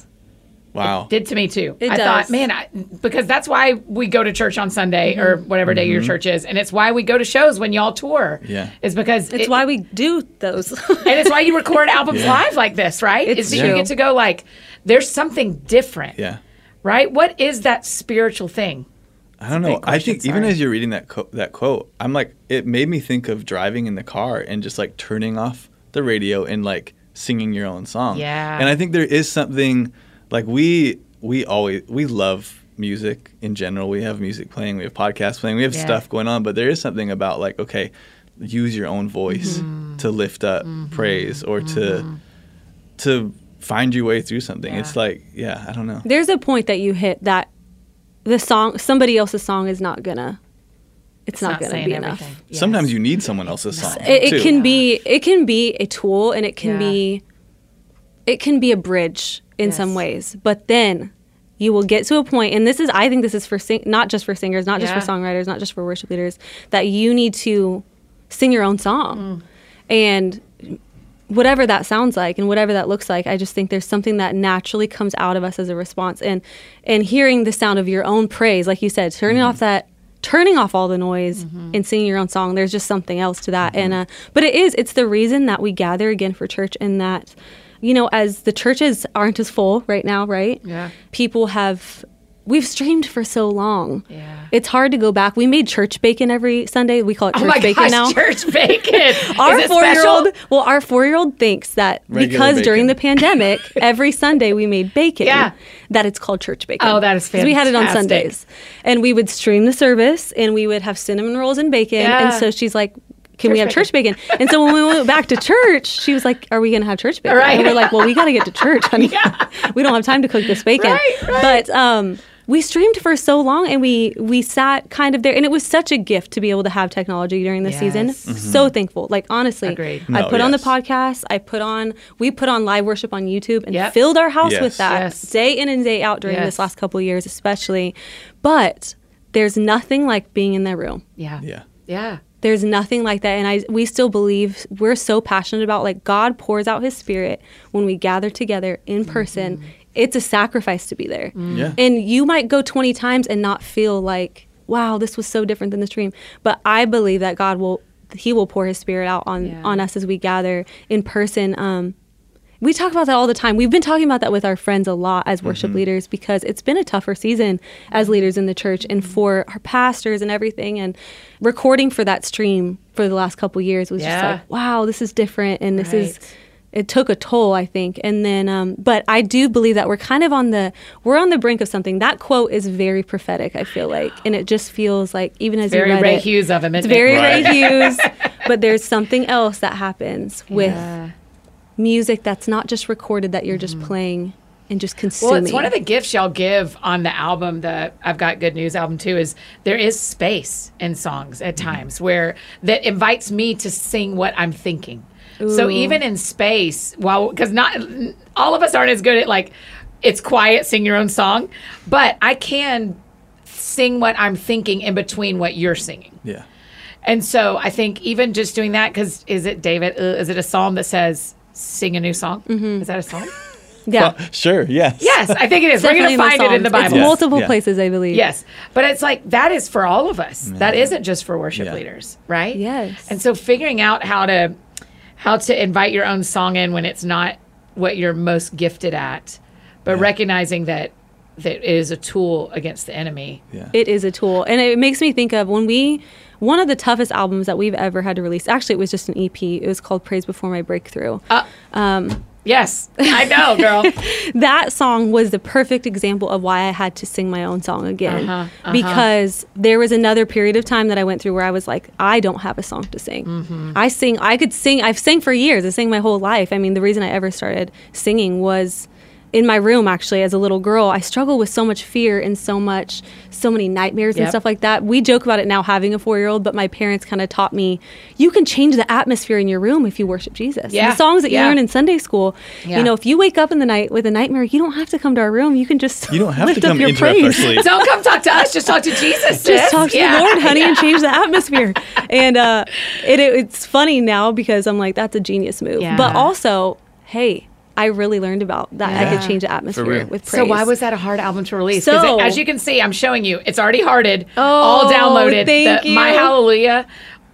[SPEAKER 3] Wow.
[SPEAKER 1] Did to me too.
[SPEAKER 2] It
[SPEAKER 1] I
[SPEAKER 2] does.
[SPEAKER 1] thought, man, I, because that's why we go to church on Sunday or
[SPEAKER 2] Mm-hmm.
[SPEAKER 1] whatever day your church is, and it's why we go to shows when y'all tour.
[SPEAKER 3] Mm-hmm. Yeah.
[SPEAKER 1] is because
[SPEAKER 2] It's
[SPEAKER 1] it-
[SPEAKER 2] why we do those.
[SPEAKER 1] and it's why you record albums
[SPEAKER 3] Yeah.
[SPEAKER 1] live like this, right?
[SPEAKER 2] It's
[SPEAKER 1] It's that you
[SPEAKER 2] true.
[SPEAKER 1] get to go like, there's something different.
[SPEAKER 3] Yeah.
[SPEAKER 1] Right. What is that spiritual thing?
[SPEAKER 3] I don't know.
[SPEAKER 1] big
[SPEAKER 3] I
[SPEAKER 1] question,
[SPEAKER 3] think even
[SPEAKER 1] sorry.
[SPEAKER 3] as you're reading that co- that quote, I'm like, it made me think of driving in the car and just like turning off the radio and like singing your own song.
[SPEAKER 1] Yeah.
[SPEAKER 3] And I think there is something like we we always we love music in general. We have music playing, we have podcasts playing, we have
[SPEAKER 1] Yeah.
[SPEAKER 3] stuff going on. But there is something about like, okay, use your own voice
[SPEAKER 1] Mm-hmm.
[SPEAKER 3] to lift up praise or to to find your way through something.
[SPEAKER 1] Yeah.
[SPEAKER 3] It's like, yeah, I don't know.
[SPEAKER 2] There's a point that you hit that the song, somebody else's song, is not gonna. It's, not, gonna
[SPEAKER 1] saying
[SPEAKER 2] be enough.
[SPEAKER 1] everything. Yes.
[SPEAKER 3] Sometimes you need someone else's song.
[SPEAKER 2] It,
[SPEAKER 3] too.
[SPEAKER 2] it can be. It can be a tool, and it can
[SPEAKER 1] Yeah.
[SPEAKER 2] be. It can be a bridge in some
[SPEAKER 1] Yes.
[SPEAKER 2] ways, but then you will get to a point, and this is. I think this is for sing, not just for singers, not just
[SPEAKER 1] Yeah.
[SPEAKER 2] for songwriters, not just for worship leaders, that you need to sing your own song, and whatever that sounds like and whatever that looks like i just think there's something that naturally comes out of us as a response and and hearing the sound of your own praise like you said turning
[SPEAKER 1] Mm-hmm.
[SPEAKER 2] off that turning off all the noise and singing your own song there's just something else to that and
[SPEAKER 1] Mm-hmm.
[SPEAKER 2] uh, but it is it's the reason that we gather again for church and that you know as the churches aren't as full right now right
[SPEAKER 1] Yeah.
[SPEAKER 2] people have we've streamed for so long
[SPEAKER 1] Yeah.
[SPEAKER 2] it's hard to go back we made church bacon every sunday we call it church
[SPEAKER 1] Oh my
[SPEAKER 2] bacon
[SPEAKER 1] gosh,
[SPEAKER 2] now
[SPEAKER 1] church bacon.
[SPEAKER 2] our
[SPEAKER 1] is it
[SPEAKER 2] four year
[SPEAKER 1] special?
[SPEAKER 2] old well our four year old thinks that
[SPEAKER 3] Regular
[SPEAKER 2] because during
[SPEAKER 3] bacon.
[SPEAKER 2] the pandemic every sunday we made bacon
[SPEAKER 1] Yeah.
[SPEAKER 2] that it's called church bacon
[SPEAKER 1] Oh, that is
[SPEAKER 2] 'Cause we had it on
[SPEAKER 1] fantastic.
[SPEAKER 2] sundays and we would stream the service and we would have cinnamon rolls and bacon
[SPEAKER 1] Yeah.
[SPEAKER 2] and so she's like can we have
[SPEAKER 1] Church
[SPEAKER 2] church bacon? And so when we went back to church, she was like, "Are we going to have church bacon?"
[SPEAKER 1] Right.
[SPEAKER 2] And we're like, "Well, we got to get to church, honey. we don't have time to cook this bacon."
[SPEAKER 1] Right, right.
[SPEAKER 2] But um, we streamed for so long, and we we sat kind of there, and it was such a gift to be able to have technology during the season.
[SPEAKER 1] Yes. Mm-hmm.
[SPEAKER 2] So thankful. Like honestly,
[SPEAKER 1] Agreed.
[SPEAKER 2] I
[SPEAKER 3] No,
[SPEAKER 2] put on the
[SPEAKER 3] yes.
[SPEAKER 2] podcast. I put on we put on live worship on YouTube and
[SPEAKER 1] Yep.
[SPEAKER 2] filled our house
[SPEAKER 3] Yes.
[SPEAKER 2] with that
[SPEAKER 1] Yes.
[SPEAKER 2] day in and day out during
[SPEAKER 1] Yes.
[SPEAKER 2] this last couple of years, especially. But there's nothing like being in the room.
[SPEAKER 1] Yeah.
[SPEAKER 3] Yeah.
[SPEAKER 1] Yeah.
[SPEAKER 2] There's nothing like that, and I we still believe we're so passionate about like God pours out His Spirit when we gather together in person. It's a sacrifice to be there.
[SPEAKER 3] Yeah.
[SPEAKER 2] And you might go 20 times and not feel like, wow, this was so different than the stream. But I believe that God will, He will pour His Spirit out on,
[SPEAKER 1] Yeah.
[SPEAKER 2] on us as we gather in person. Um, we talk about that all the time. We've been talking about that with our friends a lot as worship
[SPEAKER 1] Mm-hmm.
[SPEAKER 2] leaders because it's been a tougher season as leaders in the church and for our pastors and everything. And recording for that stream for the last couple years was
[SPEAKER 1] Yeah.
[SPEAKER 2] just like, wow, this is different. And this is
[SPEAKER 1] Right.
[SPEAKER 2] it took a toll i think and then um, but i do believe that we're kind of on the we're on the brink of something that quote is very prophetic i feel like and it just feels like even as
[SPEAKER 1] Very
[SPEAKER 2] you read
[SPEAKER 1] Ray
[SPEAKER 2] it,
[SPEAKER 1] Hughes of him.
[SPEAKER 2] it's
[SPEAKER 1] isn't it?
[SPEAKER 2] very
[SPEAKER 3] Right.
[SPEAKER 2] ray hughes but there's something else that happens with music that's not just recorded that you're just playing and just consuming
[SPEAKER 1] Mm-hmm. Well, it's one of the gifts y'all give on the album, the I've Got Good News album too, is there is space in songs at times where that invites me to sing what I'm thinking. So even in space, while because not all of us aren't as good at like it's quiet, sing your own song, but I can sing what I'm thinking in between what you're singing.
[SPEAKER 3] Yeah.
[SPEAKER 1] And so I think even just doing that, because is it David? Uh, is it a psalm that says sing a new song? Is that a psalm?
[SPEAKER 2] yeah
[SPEAKER 3] Well, sure. Yes.
[SPEAKER 1] yes, I think it is. We're
[SPEAKER 2] Definitely
[SPEAKER 1] going to find it in the
[SPEAKER 2] Psalms.
[SPEAKER 1] Bible.
[SPEAKER 2] it's
[SPEAKER 3] Yes.
[SPEAKER 2] multiple
[SPEAKER 3] Yeah.
[SPEAKER 2] places i believe
[SPEAKER 1] Yes. But it's like that is for all of us. That isn't just for worship
[SPEAKER 3] Yeah.
[SPEAKER 1] leaders, right?
[SPEAKER 2] Yes.
[SPEAKER 1] And so figuring out how to how to invite your own song in when it's not what you're most gifted at, but recognizing that that it is a tool against the enemy.
[SPEAKER 3] Yeah.
[SPEAKER 2] It is a tool. And it makes me think of when we, one of the toughest E albums that we've ever had to release, actually, it was just an EP. It was called Praise Before My Breakthrough.
[SPEAKER 1] Uh,
[SPEAKER 2] Um,
[SPEAKER 1] Yes, I know, girl.
[SPEAKER 2] that song was the perfect example of why I had to sing my own song again
[SPEAKER 1] Uh-huh,
[SPEAKER 2] because there was another period of time that I went through where I was like, I don't have a song to sing.
[SPEAKER 1] Mm-hmm.
[SPEAKER 2] I sing, I could sing, I've sang for years, I sang my whole life. I mean, the reason I ever started singing was in my room actually as a little girl i struggled with so much fear and so much so many nightmares and
[SPEAKER 1] Yep.
[SPEAKER 2] stuff like that we joke about it now having a four-year-old but my parents kind of taught me you can change the atmosphere in your room if you worship jesus And
[SPEAKER 1] Yeah,
[SPEAKER 2] the songs that you
[SPEAKER 1] yeah.
[SPEAKER 2] learn in sunday school
[SPEAKER 1] Yeah.
[SPEAKER 2] you know if you wake up in the night with a nightmare you don't have to come to our room you can just
[SPEAKER 3] You don't have
[SPEAKER 2] lift
[SPEAKER 3] to come
[SPEAKER 2] up your
[SPEAKER 3] interrupt our
[SPEAKER 2] praise
[SPEAKER 3] sleep.
[SPEAKER 1] Don't come talk to us. Just talk to Jesus. sis.
[SPEAKER 2] just talk to
[SPEAKER 1] Yeah.
[SPEAKER 2] the Lord, honey, and change the atmosphere. and uh, it, it- it's funny now because I'm like, that's a genius move.
[SPEAKER 1] Yeah.
[SPEAKER 2] But also, hey, I really learned about that. I
[SPEAKER 1] Yeah.
[SPEAKER 2] could change the atmosphere
[SPEAKER 3] real.
[SPEAKER 2] with praise.
[SPEAKER 1] So why was that a hard album to release? 'Cause
[SPEAKER 2] So-
[SPEAKER 1] it- as you can see, I'm showing you it's already hearted, oh,
[SPEAKER 2] Oh,
[SPEAKER 1] all downloaded.
[SPEAKER 2] thank
[SPEAKER 1] My
[SPEAKER 2] you. Oh.
[SPEAKER 1] Hallelujah,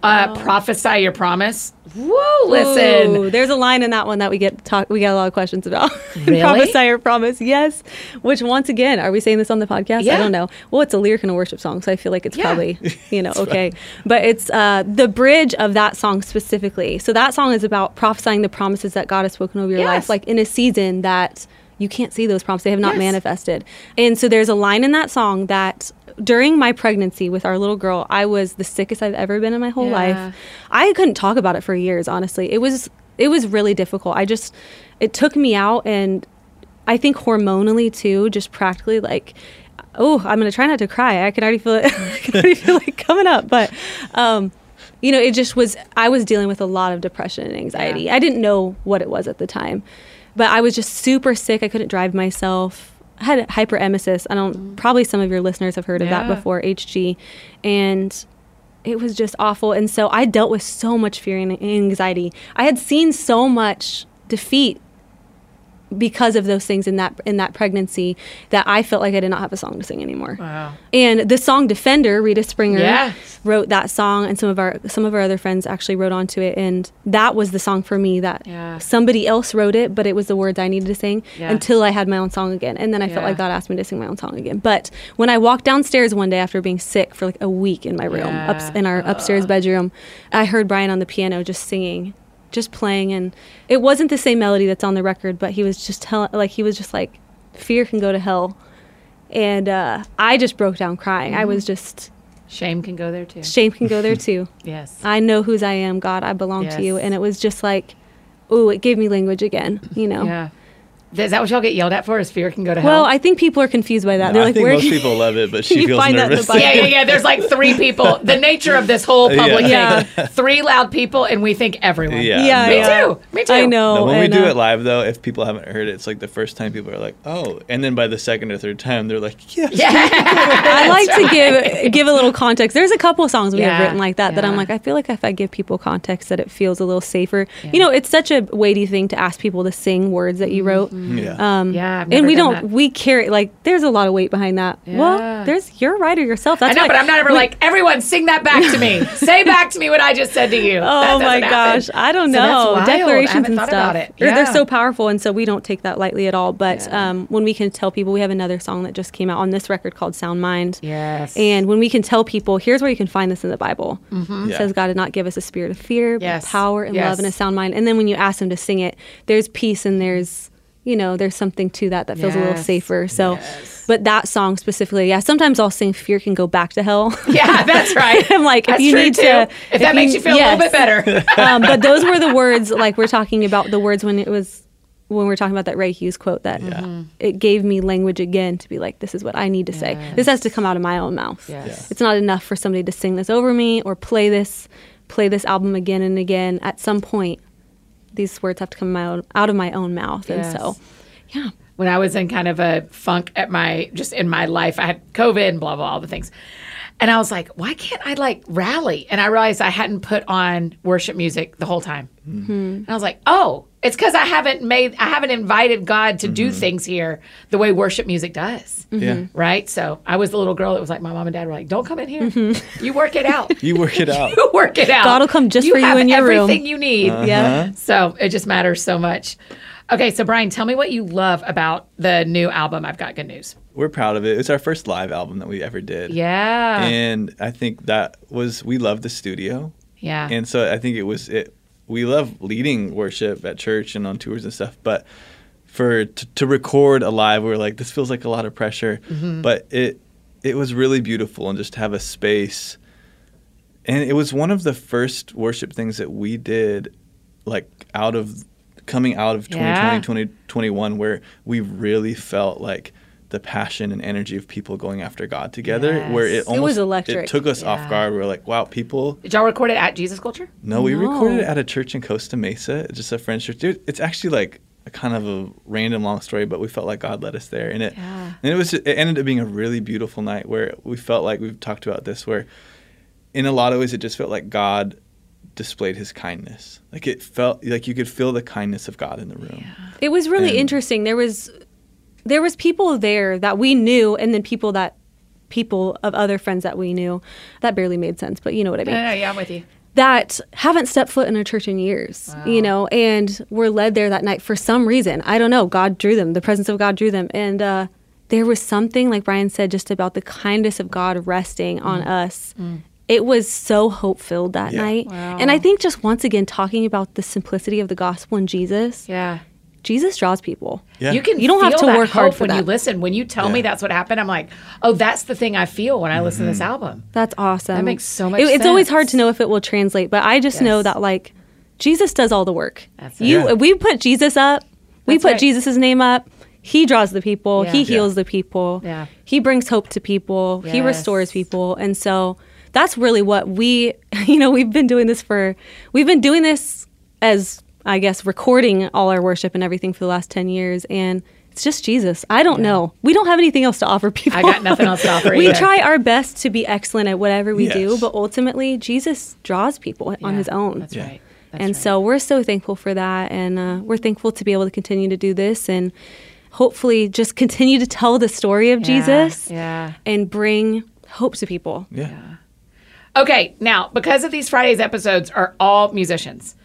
[SPEAKER 1] uh, prophesy your promise. Whoa, listen.
[SPEAKER 2] Ooh, there's a line in that one that we get talk. We got a lot of questions about.
[SPEAKER 1] Really?
[SPEAKER 2] promise I or promise yes. Which once again, are we saying this on the podcast?
[SPEAKER 1] Yeah.
[SPEAKER 2] I don't know. Well, it's a lyric and a worship song, so I feel like it's
[SPEAKER 1] Yeah.
[SPEAKER 2] probably you know okay. But it's uh, the bridge of that song specifically. So that song is about prophesying the promises that God has spoken over your
[SPEAKER 1] Yes.
[SPEAKER 2] life, like in a season that you can't see those promises; they have not
[SPEAKER 1] Yes.
[SPEAKER 2] manifested. And so there's a line in that song that. During my pregnancy with our little girl, I was the sickest I've ever been in my whole
[SPEAKER 1] Yeah.
[SPEAKER 2] life. I couldn't talk about it for years, honestly. It was it was really difficult. I just it took me out and I think hormonally too, just practically like oh, I'm gonna try not to cry. I can already feel it I can already feel it coming up. But um you know, it just was I was dealing with a lot of depression and anxiety.
[SPEAKER 1] Yeah.
[SPEAKER 2] I didn't know what it was at the time. But I was just super sick. I couldn't drive myself. I had hyperemesis. I don't probably some of your listeners have heard of
[SPEAKER 1] Yeah.
[SPEAKER 2] that before, HG. And it was just awful. And so I dealt with so much fear and anxiety. I had seen so much defeat because of those things in that in that pregnancy that I felt like I did not have a song to sing anymore.
[SPEAKER 1] Wow.
[SPEAKER 2] And the song Defender, Rita Springer
[SPEAKER 1] Yes.
[SPEAKER 2] wrote that song and some of our some of our other friends actually wrote onto it and that was the song for me that
[SPEAKER 1] Yeah.
[SPEAKER 2] somebody else wrote it, but it was the words I needed to sing
[SPEAKER 1] Yeah.
[SPEAKER 2] until I had my own song again. And then I
[SPEAKER 1] Yeah.
[SPEAKER 2] felt like God asked me to sing my own song again. But when I walked downstairs one day after being sick for like a week in my room,
[SPEAKER 1] Yeah.
[SPEAKER 2] ups, in our upstairs bedroom, I heard Brian on the piano just singing, just playing, and it wasn't the same melody that's on the record, but he was just telling, like he was just like, "Fear can go to hell," and uh, I just broke down crying. I
[SPEAKER 1] Mm-hmm.
[SPEAKER 2] was just
[SPEAKER 1] Shame can go there too.
[SPEAKER 2] shame can go there too.
[SPEAKER 1] Yes.
[SPEAKER 2] I know whose I am, God. I belong to you,
[SPEAKER 1] Yes.
[SPEAKER 2] and it was just like, ooh, it gave me language again. You know.
[SPEAKER 1] Yeah. Is that what y'all get yelled at for? Is fear can go to hell?
[SPEAKER 2] Well, I think people are confused by that. They're
[SPEAKER 3] I
[SPEAKER 2] like,
[SPEAKER 3] think
[SPEAKER 2] where
[SPEAKER 3] most
[SPEAKER 2] can-
[SPEAKER 3] people love it, but
[SPEAKER 2] you
[SPEAKER 3] she feels
[SPEAKER 2] find that in the
[SPEAKER 3] nervous.
[SPEAKER 2] Bible?
[SPEAKER 1] yeah, yeah, yeah. There's like three people. The nature of this whole public
[SPEAKER 2] Yeah.
[SPEAKER 1] thing. Three loud people, and we think everyone.
[SPEAKER 3] Yeah.
[SPEAKER 2] Yeah,
[SPEAKER 1] Me
[SPEAKER 2] yeah.
[SPEAKER 1] too. Me too.
[SPEAKER 2] I know.
[SPEAKER 3] No, when we
[SPEAKER 2] and,
[SPEAKER 3] do
[SPEAKER 2] uh,
[SPEAKER 3] it live, though, if people haven't heard it, it's like the first time people are like, "Oh," and then by the second or third time, they're like, "Yes."
[SPEAKER 2] I like to give give a little context. There's a couple of songs we
[SPEAKER 1] Yeah,
[SPEAKER 2] have written like that that
[SPEAKER 1] yeah.
[SPEAKER 2] I'm like, I feel like if I give people context, that it feels a little safer. You know, it's such a weighty thing to ask people to sing words that you wrote.
[SPEAKER 3] Yeah.
[SPEAKER 2] Um,
[SPEAKER 1] Mm-hmm. Yeah, I've never
[SPEAKER 2] and we
[SPEAKER 1] done
[SPEAKER 2] don't
[SPEAKER 1] that.
[SPEAKER 2] we carry like there's a lot of weight behind that.
[SPEAKER 1] Yeah.
[SPEAKER 2] Well, there's you're a writer yourself. That's
[SPEAKER 1] I know,
[SPEAKER 2] why-
[SPEAKER 1] but I'm not ever
[SPEAKER 2] we-
[SPEAKER 1] like, everyone sing that back to me. Say back to me what I just said to you. That
[SPEAKER 2] Oh
[SPEAKER 1] doesn't
[SPEAKER 2] my
[SPEAKER 1] happen.
[SPEAKER 2] gosh, I don't
[SPEAKER 1] So
[SPEAKER 2] know.
[SPEAKER 1] that's wild. I
[SPEAKER 2] Declarations
[SPEAKER 1] haven't
[SPEAKER 2] and
[SPEAKER 1] thought
[SPEAKER 2] stuff.
[SPEAKER 1] about it.
[SPEAKER 2] Or
[SPEAKER 1] Yeah.
[SPEAKER 2] They're so powerful, and so we don't take that lightly at all. But
[SPEAKER 1] Yeah.
[SPEAKER 2] um, when we can tell people, we have another song that just came out on this record called Sound Mind.
[SPEAKER 1] Yes.
[SPEAKER 2] And when we can tell people, here's where you can find this in the Bible. It
[SPEAKER 3] Yeah.
[SPEAKER 2] says God did not give us a spirit of fear,
[SPEAKER 1] Mm-hmm. Yes.
[SPEAKER 2] but power and
[SPEAKER 1] Yes.
[SPEAKER 2] love and a sound mind. And then when you ask them to sing it, there's peace and there's you know there's something to that that feels a little
[SPEAKER 1] Yes.
[SPEAKER 2] safer. So,
[SPEAKER 1] Yes.
[SPEAKER 2] but that song specifically, yeah. Sometimes I'll sing "Fear Can Go Back to Hell."
[SPEAKER 1] yeah, that's right.
[SPEAKER 2] I'm like, if
[SPEAKER 1] That's
[SPEAKER 2] you
[SPEAKER 1] true,
[SPEAKER 2] need
[SPEAKER 1] too.
[SPEAKER 2] to,
[SPEAKER 1] If, that makes you feel a little bit
[SPEAKER 2] yes.
[SPEAKER 1] better.
[SPEAKER 2] um, but those were the words like we're talking about the words when it was when we are talking about that Ray Hughes quote that
[SPEAKER 3] Yeah. Mhm.
[SPEAKER 2] it gave me language again to be like this is what I need to say. This has to come out of my own mouth.
[SPEAKER 1] Yes.
[SPEAKER 2] It's not enough for somebody to sing this over me or play this play this album again and again. At some point, these words have to come out out of my own mouth.
[SPEAKER 1] Yes.
[SPEAKER 2] And so, yeah,
[SPEAKER 1] when I was in kind of a funk at my just in my life, I had COVID and blah blah all the things. And I was like, why can't I like rally? And I realized I hadn't put on worship music the whole time.
[SPEAKER 2] Mm-hmm.
[SPEAKER 1] And I was like, oh, it's because I haven't made I haven't invited God to do
[SPEAKER 2] Mm-hmm.
[SPEAKER 1] things here the way worship music does.
[SPEAKER 3] Yeah.
[SPEAKER 2] Um,
[SPEAKER 1] Right? So I was the little girl that was like, my mom and dad were like, don't come in here.
[SPEAKER 2] Mm-hmm.
[SPEAKER 1] You work it out.
[SPEAKER 3] You work it out.
[SPEAKER 1] you work it out.
[SPEAKER 2] God will come just for you
[SPEAKER 1] have
[SPEAKER 2] in your room.
[SPEAKER 1] everything you need.
[SPEAKER 3] Uh-huh.
[SPEAKER 2] yeah.
[SPEAKER 1] So it just matters so much. Okay, so Brian, tell me what you love about the new album. I've got good news.
[SPEAKER 3] We're proud of it. It's our first live album that we ever did.
[SPEAKER 1] Yeah.
[SPEAKER 3] And I think that was we love the studio.
[SPEAKER 1] yeah.
[SPEAKER 3] And so I think it was it we love leading worship at church and on tours and stuff, but for t- to record a live, we were like, this feels like a lot of pressure,
[SPEAKER 1] Mm-hmm.
[SPEAKER 3] but it it was really beautiful and just to have a space. And it was one of the first worship things that we did, like out of coming out of 2020,
[SPEAKER 1] Yeah.
[SPEAKER 3] 2021, where we really felt like the passion and energy of people going after God together, where
[SPEAKER 1] Yes.
[SPEAKER 3] it
[SPEAKER 1] It
[SPEAKER 3] almost
[SPEAKER 2] was electric.
[SPEAKER 3] It took us
[SPEAKER 1] Yeah.
[SPEAKER 3] off guard. We were like, wow, people
[SPEAKER 1] Did y'all record it at Jesus Culture?
[SPEAKER 3] no, we recorded
[SPEAKER 2] No.
[SPEAKER 3] it at a church in Costa Mesa, just a friend's church. Dude, it's actually like a kind of a random long story, but we felt like God led us there, and it
[SPEAKER 1] Yeah.
[SPEAKER 3] and it was it ended up being a really beautiful night where we felt like we've talked about this, where in a lot of ways it just felt like God displayed His kindness. Like it felt like you could feel the kindness of God in the room.
[SPEAKER 2] It was really
[SPEAKER 3] And-
[SPEAKER 2] interesting. There was there was people there that we knew and then people that people of other friends that we knew. That barely made sense, but you know what I mean.
[SPEAKER 1] No, no, yeah, I'm with you.
[SPEAKER 2] That haven't stepped foot in a church in years, you know, and were led there that night for some reason. I don't know. God drew them. The presence of God drew them. And uh there was something like Brian said just about the kindness of God resting
[SPEAKER 1] Mm.
[SPEAKER 2] on us. It was so hope filled that
[SPEAKER 3] Yeah.
[SPEAKER 2] night.
[SPEAKER 1] Wow.
[SPEAKER 2] And I think just once again talking about the simplicity of the gospel and Jesus.
[SPEAKER 1] Yeah.
[SPEAKER 2] Jesus draws people.
[SPEAKER 3] Yeah.
[SPEAKER 1] You can
[SPEAKER 2] You don't have
[SPEAKER 1] feel
[SPEAKER 2] to
[SPEAKER 1] that
[SPEAKER 2] work
[SPEAKER 1] hope
[SPEAKER 2] hard for
[SPEAKER 1] when you
[SPEAKER 2] that.
[SPEAKER 1] listen. When you tell me
[SPEAKER 3] Yeah.
[SPEAKER 1] that's what happened, I'm like, oh, that's the thing I feel when I listen to this
[SPEAKER 3] Mm-hmm.
[SPEAKER 1] album.
[SPEAKER 2] That's awesome.
[SPEAKER 1] That makes so much
[SPEAKER 2] It- It's always hard
[SPEAKER 1] sense.
[SPEAKER 2] to know if it will translate, but I just know
[SPEAKER 1] Yes.
[SPEAKER 2] that like Jesus does all the work.
[SPEAKER 1] That's it.
[SPEAKER 2] you
[SPEAKER 3] Yeah.
[SPEAKER 2] we put Jesus up. We
[SPEAKER 1] That's
[SPEAKER 2] put
[SPEAKER 1] right.
[SPEAKER 2] Jesus' name up. He draws the people.
[SPEAKER 1] Yeah.
[SPEAKER 2] He
[SPEAKER 1] Yeah.
[SPEAKER 2] heals the people.
[SPEAKER 1] Yeah.
[SPEAKER 2] He brings hope to people. He
[SPEAKER 1] Yes.
[SPEAKER 2] restores people. And so that's really what we you know, we've been doing this for we've been doing this as I guess recording all our worship and everything for the last 10 years and it's just Jesus. I don't know. We don't have anything else to offer people.
[SPEAKER 1] I got nothing else to offer
[SPEAKER 2] We
[SPEAKER 1] either.
[SPEAKER 2] try our best to be excellent at whatever we do,
[SPEAKER 3] Yes.
[SPEAKER 2] but ultimately Jesus draws people on
[SPEAKER 1] Yeah,
[SPEAKER 2] his own.
[SPEAKER 1] That's
[SPEAKER 3] Yeah.
[SPEAKER 1] right. That's
[SPEAKER 2] and
[SPEAKER 1] right.
[SPEAKER 2] so we're so thankful for that. And uh, we're thankful to be able to continue to do this and hopefully just continue to tell the story of
[SPEAKER 1] Yeah,
[SPEAKER 2] Jesus
[SPEAKER 1] Yeah.
[SPEAKER 2] and bring hope to people.
[SPEAKER 3] Yeah.
[SPEAKER 1] Okay, now because of these Fridays episodes are all musicians,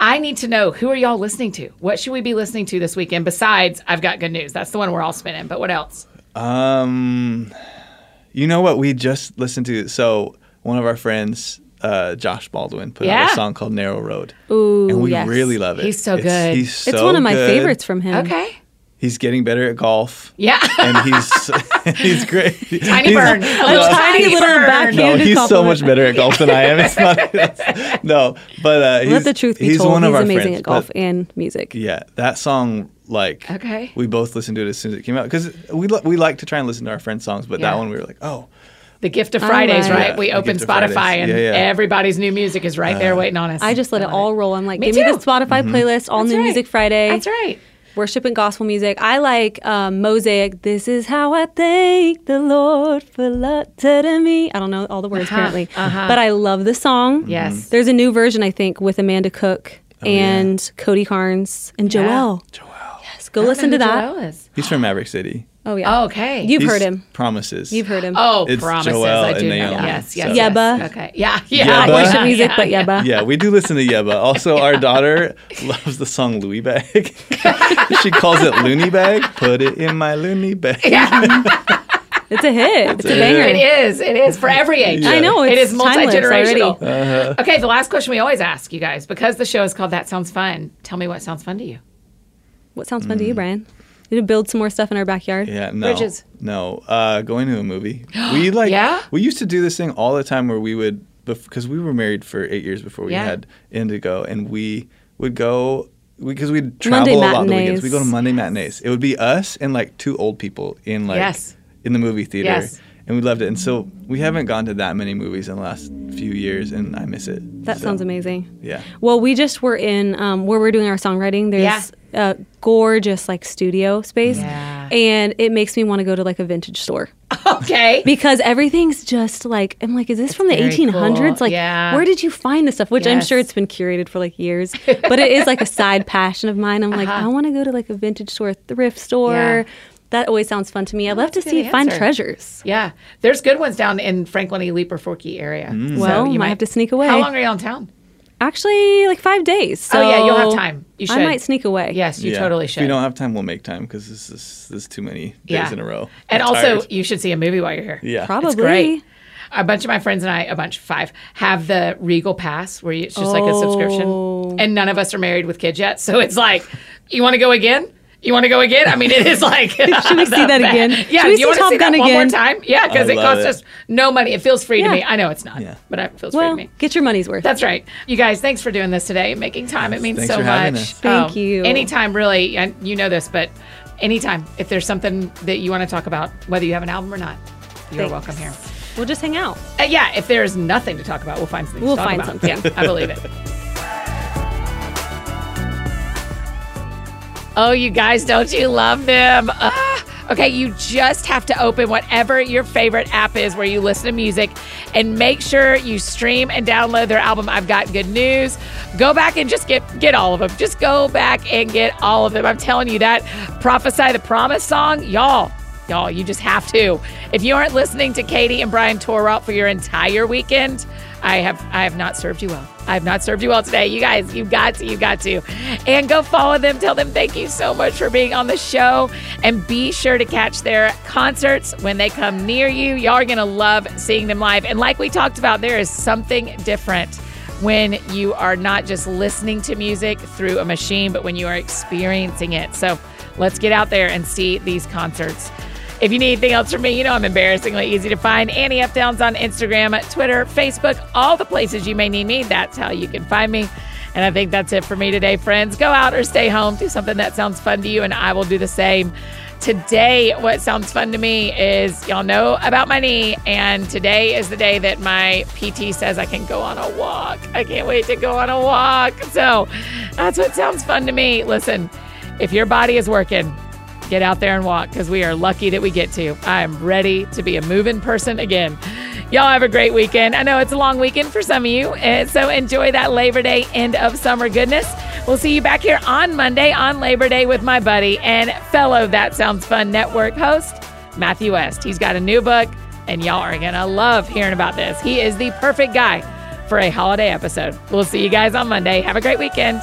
[SPEAKER 1] I need to know who are y'all listening to? What should we be listening to this weekend besides I've got good news? That's the one we're all spinning, but what else?
[SPEAKER 3] Um, you know what we just listened to? So one of our friends, uh, Josh Baldwin, put out
[SPEAKER 1] Yeah.
[SPEAKER 3] a song called "Narrow Road,"
[SPEAKER 2] Ooh,
[SPEAKER 3] and we
[SPEAKER 2] yes.
[SPEAKER 3] really love it.
[SPEAKER 1] He's so
[SPEAKER 3] It's-
[SPEAKER 1] good.
[SPEAKER 3] He's so
[SPEAKER 2] It's one of my
[SPEAKER 3] good.
[SPEAKER 2] favorites from him.
[SPEAKER 1] Okay.
[SPEAKER 3] He's getting better at golf.
[SPEAKER 1] Yeah.
[SPEAKER 3] and he's he's great.
[SPEAKER 1] Tiny
[SPEAKER 3] he's,
[SPEAKER 1] burn. A little
[SPEAKER 2] tiny little
[SPEAKER 1] burn.
[SPEAKER 2] backhand
[SPEAKER 3] No,
[SPEAKER 2] Candid
[SPEAKER 3] he's so
[SPEAKER 2] compliment.
[SPEAKER 3] much better at golf than I am. It's not, it's- no, but uh, he's,
[SPEAKER 2] Let the truth be
[SPEAKER 3] he's
[SPEAKER 2] told.
[SPEAKER 3] one of
[SPEAKER 2] he's
[SPEAKER 3] our
[SPEAKER 2] amazing
[SPEAKER 3] friends,
[SPEAKER 2] at golf
[SPEAKER 3] but-
[SPEAKER 2] and music.
[SPEAKER 3] yeah, that song like
[SPEAKER 1] Okay.
[SPEAKER 3] we both listened to it as soon as it came out because we li- we like to try and listen to our friends' songs, but
[SPEAKER 1] Yeah.
[SPEAKER 3] that one we were like, oh,
[SPEAKER 1] The gift of
[SPEAKER 2] All
[SPEAKER 1] Fridays,
[SPEAKER 2] right.
[SPEAKER 1] right?
[SPEAKER 3] Yeah,
[SPEAKER 1] we
[SPEAKER 3] The
[SPEAKER 1] open
[SPEAKER 3] Gift of Fridays.
[SPEAKER 1] Spotify and
[SPEAKER 3] Yeah, Uh, yeah.
[SPEAKER 1] everybody's new music is right there waiting on us.
[SPEAKER 2] I just let it
[SPEAKER 1] Killing
[SPEAKER 2] all roll. I'm like,
[SPEAKER 1] Me
[SPEAKER 2] give me the
[SPEAKER 1] too.
[SPEAKER 2] Spotify
[SPEAKER 3] Mm-hmm.
[SPEAKER 2] playlist, all
[SPEAKER 1] That's
[SPEAKER 2] new
[SPEAKER 1] right.
[SPEAKER 2] music Friday.
[SPEAKER 1] That's right.
[SPEAKER 2] worship and gospel music. I like um, Mosaic. This is how I thank the Lord for love to me. I don't know all the words apparently, but I love the song.
[SPEAKER 1] Uh-huh. Yes.
[SPEAKER 2] there's a new version I think with Amanda Cook and Cody Carnes and
[SPEAKER 1] Yeah.
[SPEAKER 2] Joel.
[SPEAKER 3] Joel.
[SPEAKER 2] Yes, go listen to
[SPEAKER 1] Who
[SPEAKER 2] that.
[SPEAKER 1] Joel is.
[SPEAKER 3] He's from Maverick City.
[SPEAKER 2] Oh yeah.
[SPEAKER 1] Oh, okay.
[SPEAKER 2] you've
[SPEAKER 3] He's
[SPEAKER 2] heard him.
[SPEAKER 3] Promises.
[SPEAKER 2] You've heard him.
[SPEAKER 1] Oh,
[SPEAKER 3] It's
[SPEAKER 1] promises.
[SPEAKER 3] Joel
[SPEAKER 1] I do
[SPEAKER 3] and
[SPEAKER 1] know.
[SPEAKER 3] Naomi,
[SPEAKER 1] Yes,
[SPEAKER 3] so-
[SPEAKER 1] yes,
[SPEAKER 2] Yeba.
[SPEAKER 1] yes. Okay. Yeah, yeah.
[SPEAKER 3] Yeba.
[SPEAKER 2] Worship
[SPEAKER 1] yeah,
[SPEAKER 2] music,
[SPEAKER 1] yeah,
[SPEAKER 2] but yeah,
[SPEAKER 1] yeah.
[SPEAKER 2] bah.
[SPEAKER 3] Yeah, we do listen to Yeba. Also, our daughter loves the song Loony Bag. she calls it Loony Bag. Put it in my Loony Bag.
[SPEAKER 2] it's a hit. It's, a
[SPEAKER 3] a
[SPEAKER 2] banger.
[SPEAKER 3] hit.
[SPEAKER 1] It is. It is for every age.
[SPEAKER 2] I know,
[SPEAKER 1] it
[SPEAKER 2] it's
[SPEAKER 1] is multi
[SPEAKER 2] timeless already.
[SPEAKER 1] generational.
[SPEAKER 3] Uh-huh.
[SPEAKER 1] Okay, the last question we always ask you guys because the show is called That Sounds Fun. Tell me what sounds fun to you.
[SPEAKER 2] What sounds fun to you, Brian? You to build some more stuff in our backyard.
[SPEAKER 3] Yeah, no.
[SPEAKER 1] Bridges.
[SPEAKER 3] No, uh, going to a movie. We like.
[SPEAKER 1] Yeah?
[SPEAKER 3] We used to do this thing all the time where we would, because we were married for eight years before we
[SPEAKER 1] Yeah.
[SPEAKER 3] had Indigo, and we would go because we'd travel a lot the
[SPEAKER 2] matinees.
[SPEAKER 3] weekends. We go to Monday matinees. It would be us and like two old people in like
[SPEAKER 1] Yes.
[SPEAKER 3] in the movie theater,
[SPEAKER 1] Yes.
[SPEAKER 3] and we loved it. And so we haven't gone to that many movies in the last few years, and I miss it.
[SPEAKER 2] That
[SPEAKER 3] So,
[SPEAKER 2] sounds amazing.
[SPEAKER 3] Yeah.
[SPEAKER 2] Well, we just were in um, where we're doing our songwriting. There's a gorgeous like studio space,
[SPEAKER 1] Yeah.
[SPEAKER 2] and it makes me want to go to like a vintage store
[SPEAKER 1] Okay.
[SPEAKER 2] because everything's just like I'm like, is this from the
[SPEAKER 1] very
[SPEAKER 2] 1800s?
[SPEAKER 1] cool.
[SPEAKER 2] Like,
[SPEAKER 1] Yeah.
[SPEAKER 2] where did you find this stuff? Which I'm
[SPEAKER 1] Yes.
[SPEAKER 2] sure it's been curated for like years, but it is like a side passion of mine. I'm like, I want to go to like a vintage store, thrift store.
[SPEAKER 1] Uh-huh. Yeah.
[SPEAKER 2] That always sounds fun to me. I love to
[SPEAKER 1] a
[SPEAKER 2] see
[SPEAKER 1] good
[SPEAKER 2] find
[SPEAKER 1] answer.
[SPEAKER 2] treasures.
[SPEAKER 1] Yeah. There's good ones down in Franklin E. Leaper Forky area.
[SPEAKER 3] Mm.
[SPEAKER 1] So
[SPEAKER 2] Well, might have to sneak away.
[SPEAKER 1] How long are you in town?
[SPEAKER 2] Actually, like five days. So
[SPEAKER 1] oh, yeah, you'll have time. You should.
[SPEAKER 2] I might sneak away.
[SPEAKER 1] Yes, you
[SPEAKER 3] Yeah.
[SPEAKER 1] totally
[SPEAKER 3] If we
[SPEAKER 1] should.
[SPEAKER 3] don't have time, we'll make time because this is this is too many days
[SPEAKER 1] Yeah.
[SPEAKER 3] in a row.
[SPEAKER 1] And
[SPEAKER 3] I'm
[SPEAKER 1] also,
[SPEAKER 3] tired.
[SPEAKER 1] you should see a movie while you're here.
[SPEAKER 3] yeah,
[SPEAKER 2] probably.
[SPEAKER 1] Great. a bunch of my friends and I, a bunch five, have the Regal Pass where you, it's just like a
[SPEAKER 2] Oh.
[SPEAKER 1] subscription, and none of us are married with kids yet, so it's like, you want to go again? You want to go again? I mean, it is like. Should
[SPEAKER 2] we see that again?
[SPEAKER 1] Yeah.
[SPEAKER 2] Should we
[SPEAKER 1] do you
[SPEAKER 2] see
[SPEAKER 1] want to
[SPEAKER 2] Top
[SPEAKER 1] see
[SPEAKER 2] Gun
[SPEAKER 1] that one more
[SPEAKER 2] again?
[SPEAKER 1] time? Yeah, because
[SPEAKER 3] I
[SPEAKER 1] it
[SPEAKER 3] love
[SPEAKER 1] costs
[SPEAKER 3] it.
[SPEAKER 1] us no money. It feels free to
[SPEAKER 2] Yeah.
[SPEAKER 1] me. I know it's not,
[SPEAKER 3] Yeah.
[SPEAKER 1] but it feels
[SPEAKER 2] Well,
[SPEAKER 1] free to me.
[SPEAKER 2] get your money's worth.
[SPEAKER 1] That's right. You guys, thanks for doing this today, making time. It means
[SPEAKER 3] Thanks
[SPEAKER 1] so
[SPEAKER 3] for
[SPEAKER 1] much. Um,
[SPEAKER 3] having us.
[SPEAKER 2] Thank you.
[SPEAKER 1] Anytime, really. And you know this, but anytime, if there's something that you want to talk about, whether you have an album or not, you're
[SPEAKER 2] Thanks.
[SPEAKER 1] welcome here.
[SPEAKER 2] We'll just hang out.
[SPEAKER 1] Uh, yeah, if there's nothing to talk about, we'll find something
[SPEAKER 2] We'll
[SPEAKER 1] to talk
[SPEAKER 2] find
[SPEAKER 1] about.
[SPEAKER 2] something.
[SPEAKER 1] Yeah, I believe it. Oh, you guys, don't you love them? Ah. okay, you just have to open whatever your favorite app is where you listen to music and make sure you stream and download their album, I've Got Good News. Go back and just get, get all of them. Just go back and get all of them. I'm telling you that Prophesy the Promise song, y'all. Y'all, you just have to. If you aren't listening to Katie and Brian tour out for your entire weekend, I have I have not served you well. I have not served you well today. You guys, you got to, you got to. And go follow them. Tell them thank you so much for being on the show. And be sure to catch their concerts when they come near you. Y'all are gonna love seeing them live. And like we talked about, there is something different when you are not just listening to music through a machine, but when you are experiencing it. So let's get out there and see these concerts. If you need anything else from me, you know I'm embarrassingly easy to find. Annie F. Downs on Instagram, Twitter, Facebook, all the places you may need me. That's how you can find me. And I think that's it for me today, friends. Go out or stay home, do something that sounds fun to you, and I will do the same. Today, what sounds fun to me is y'all know about my knee, and today is the day that my PT says I can go on a walk. I can't wait to go on a walk. So that's what sounds fun to me. Listen, if your body is working, get out there and walk because we are lucky that we get to. I am ready to be a moving person again. Y'all have a great weekend. I know it's a long weekend for some of you, and so enjoy that Labor Day end of summer goodness. We'll see you back here on Monday on Labor Day with my buddy and fellow That Sounds Fun Network host, Matthew West. He's got a new book, and y'all are going to love hearing about this. He is the perfect guy for a holiday episode. We'll see you guys on Monday. Have a great weekend.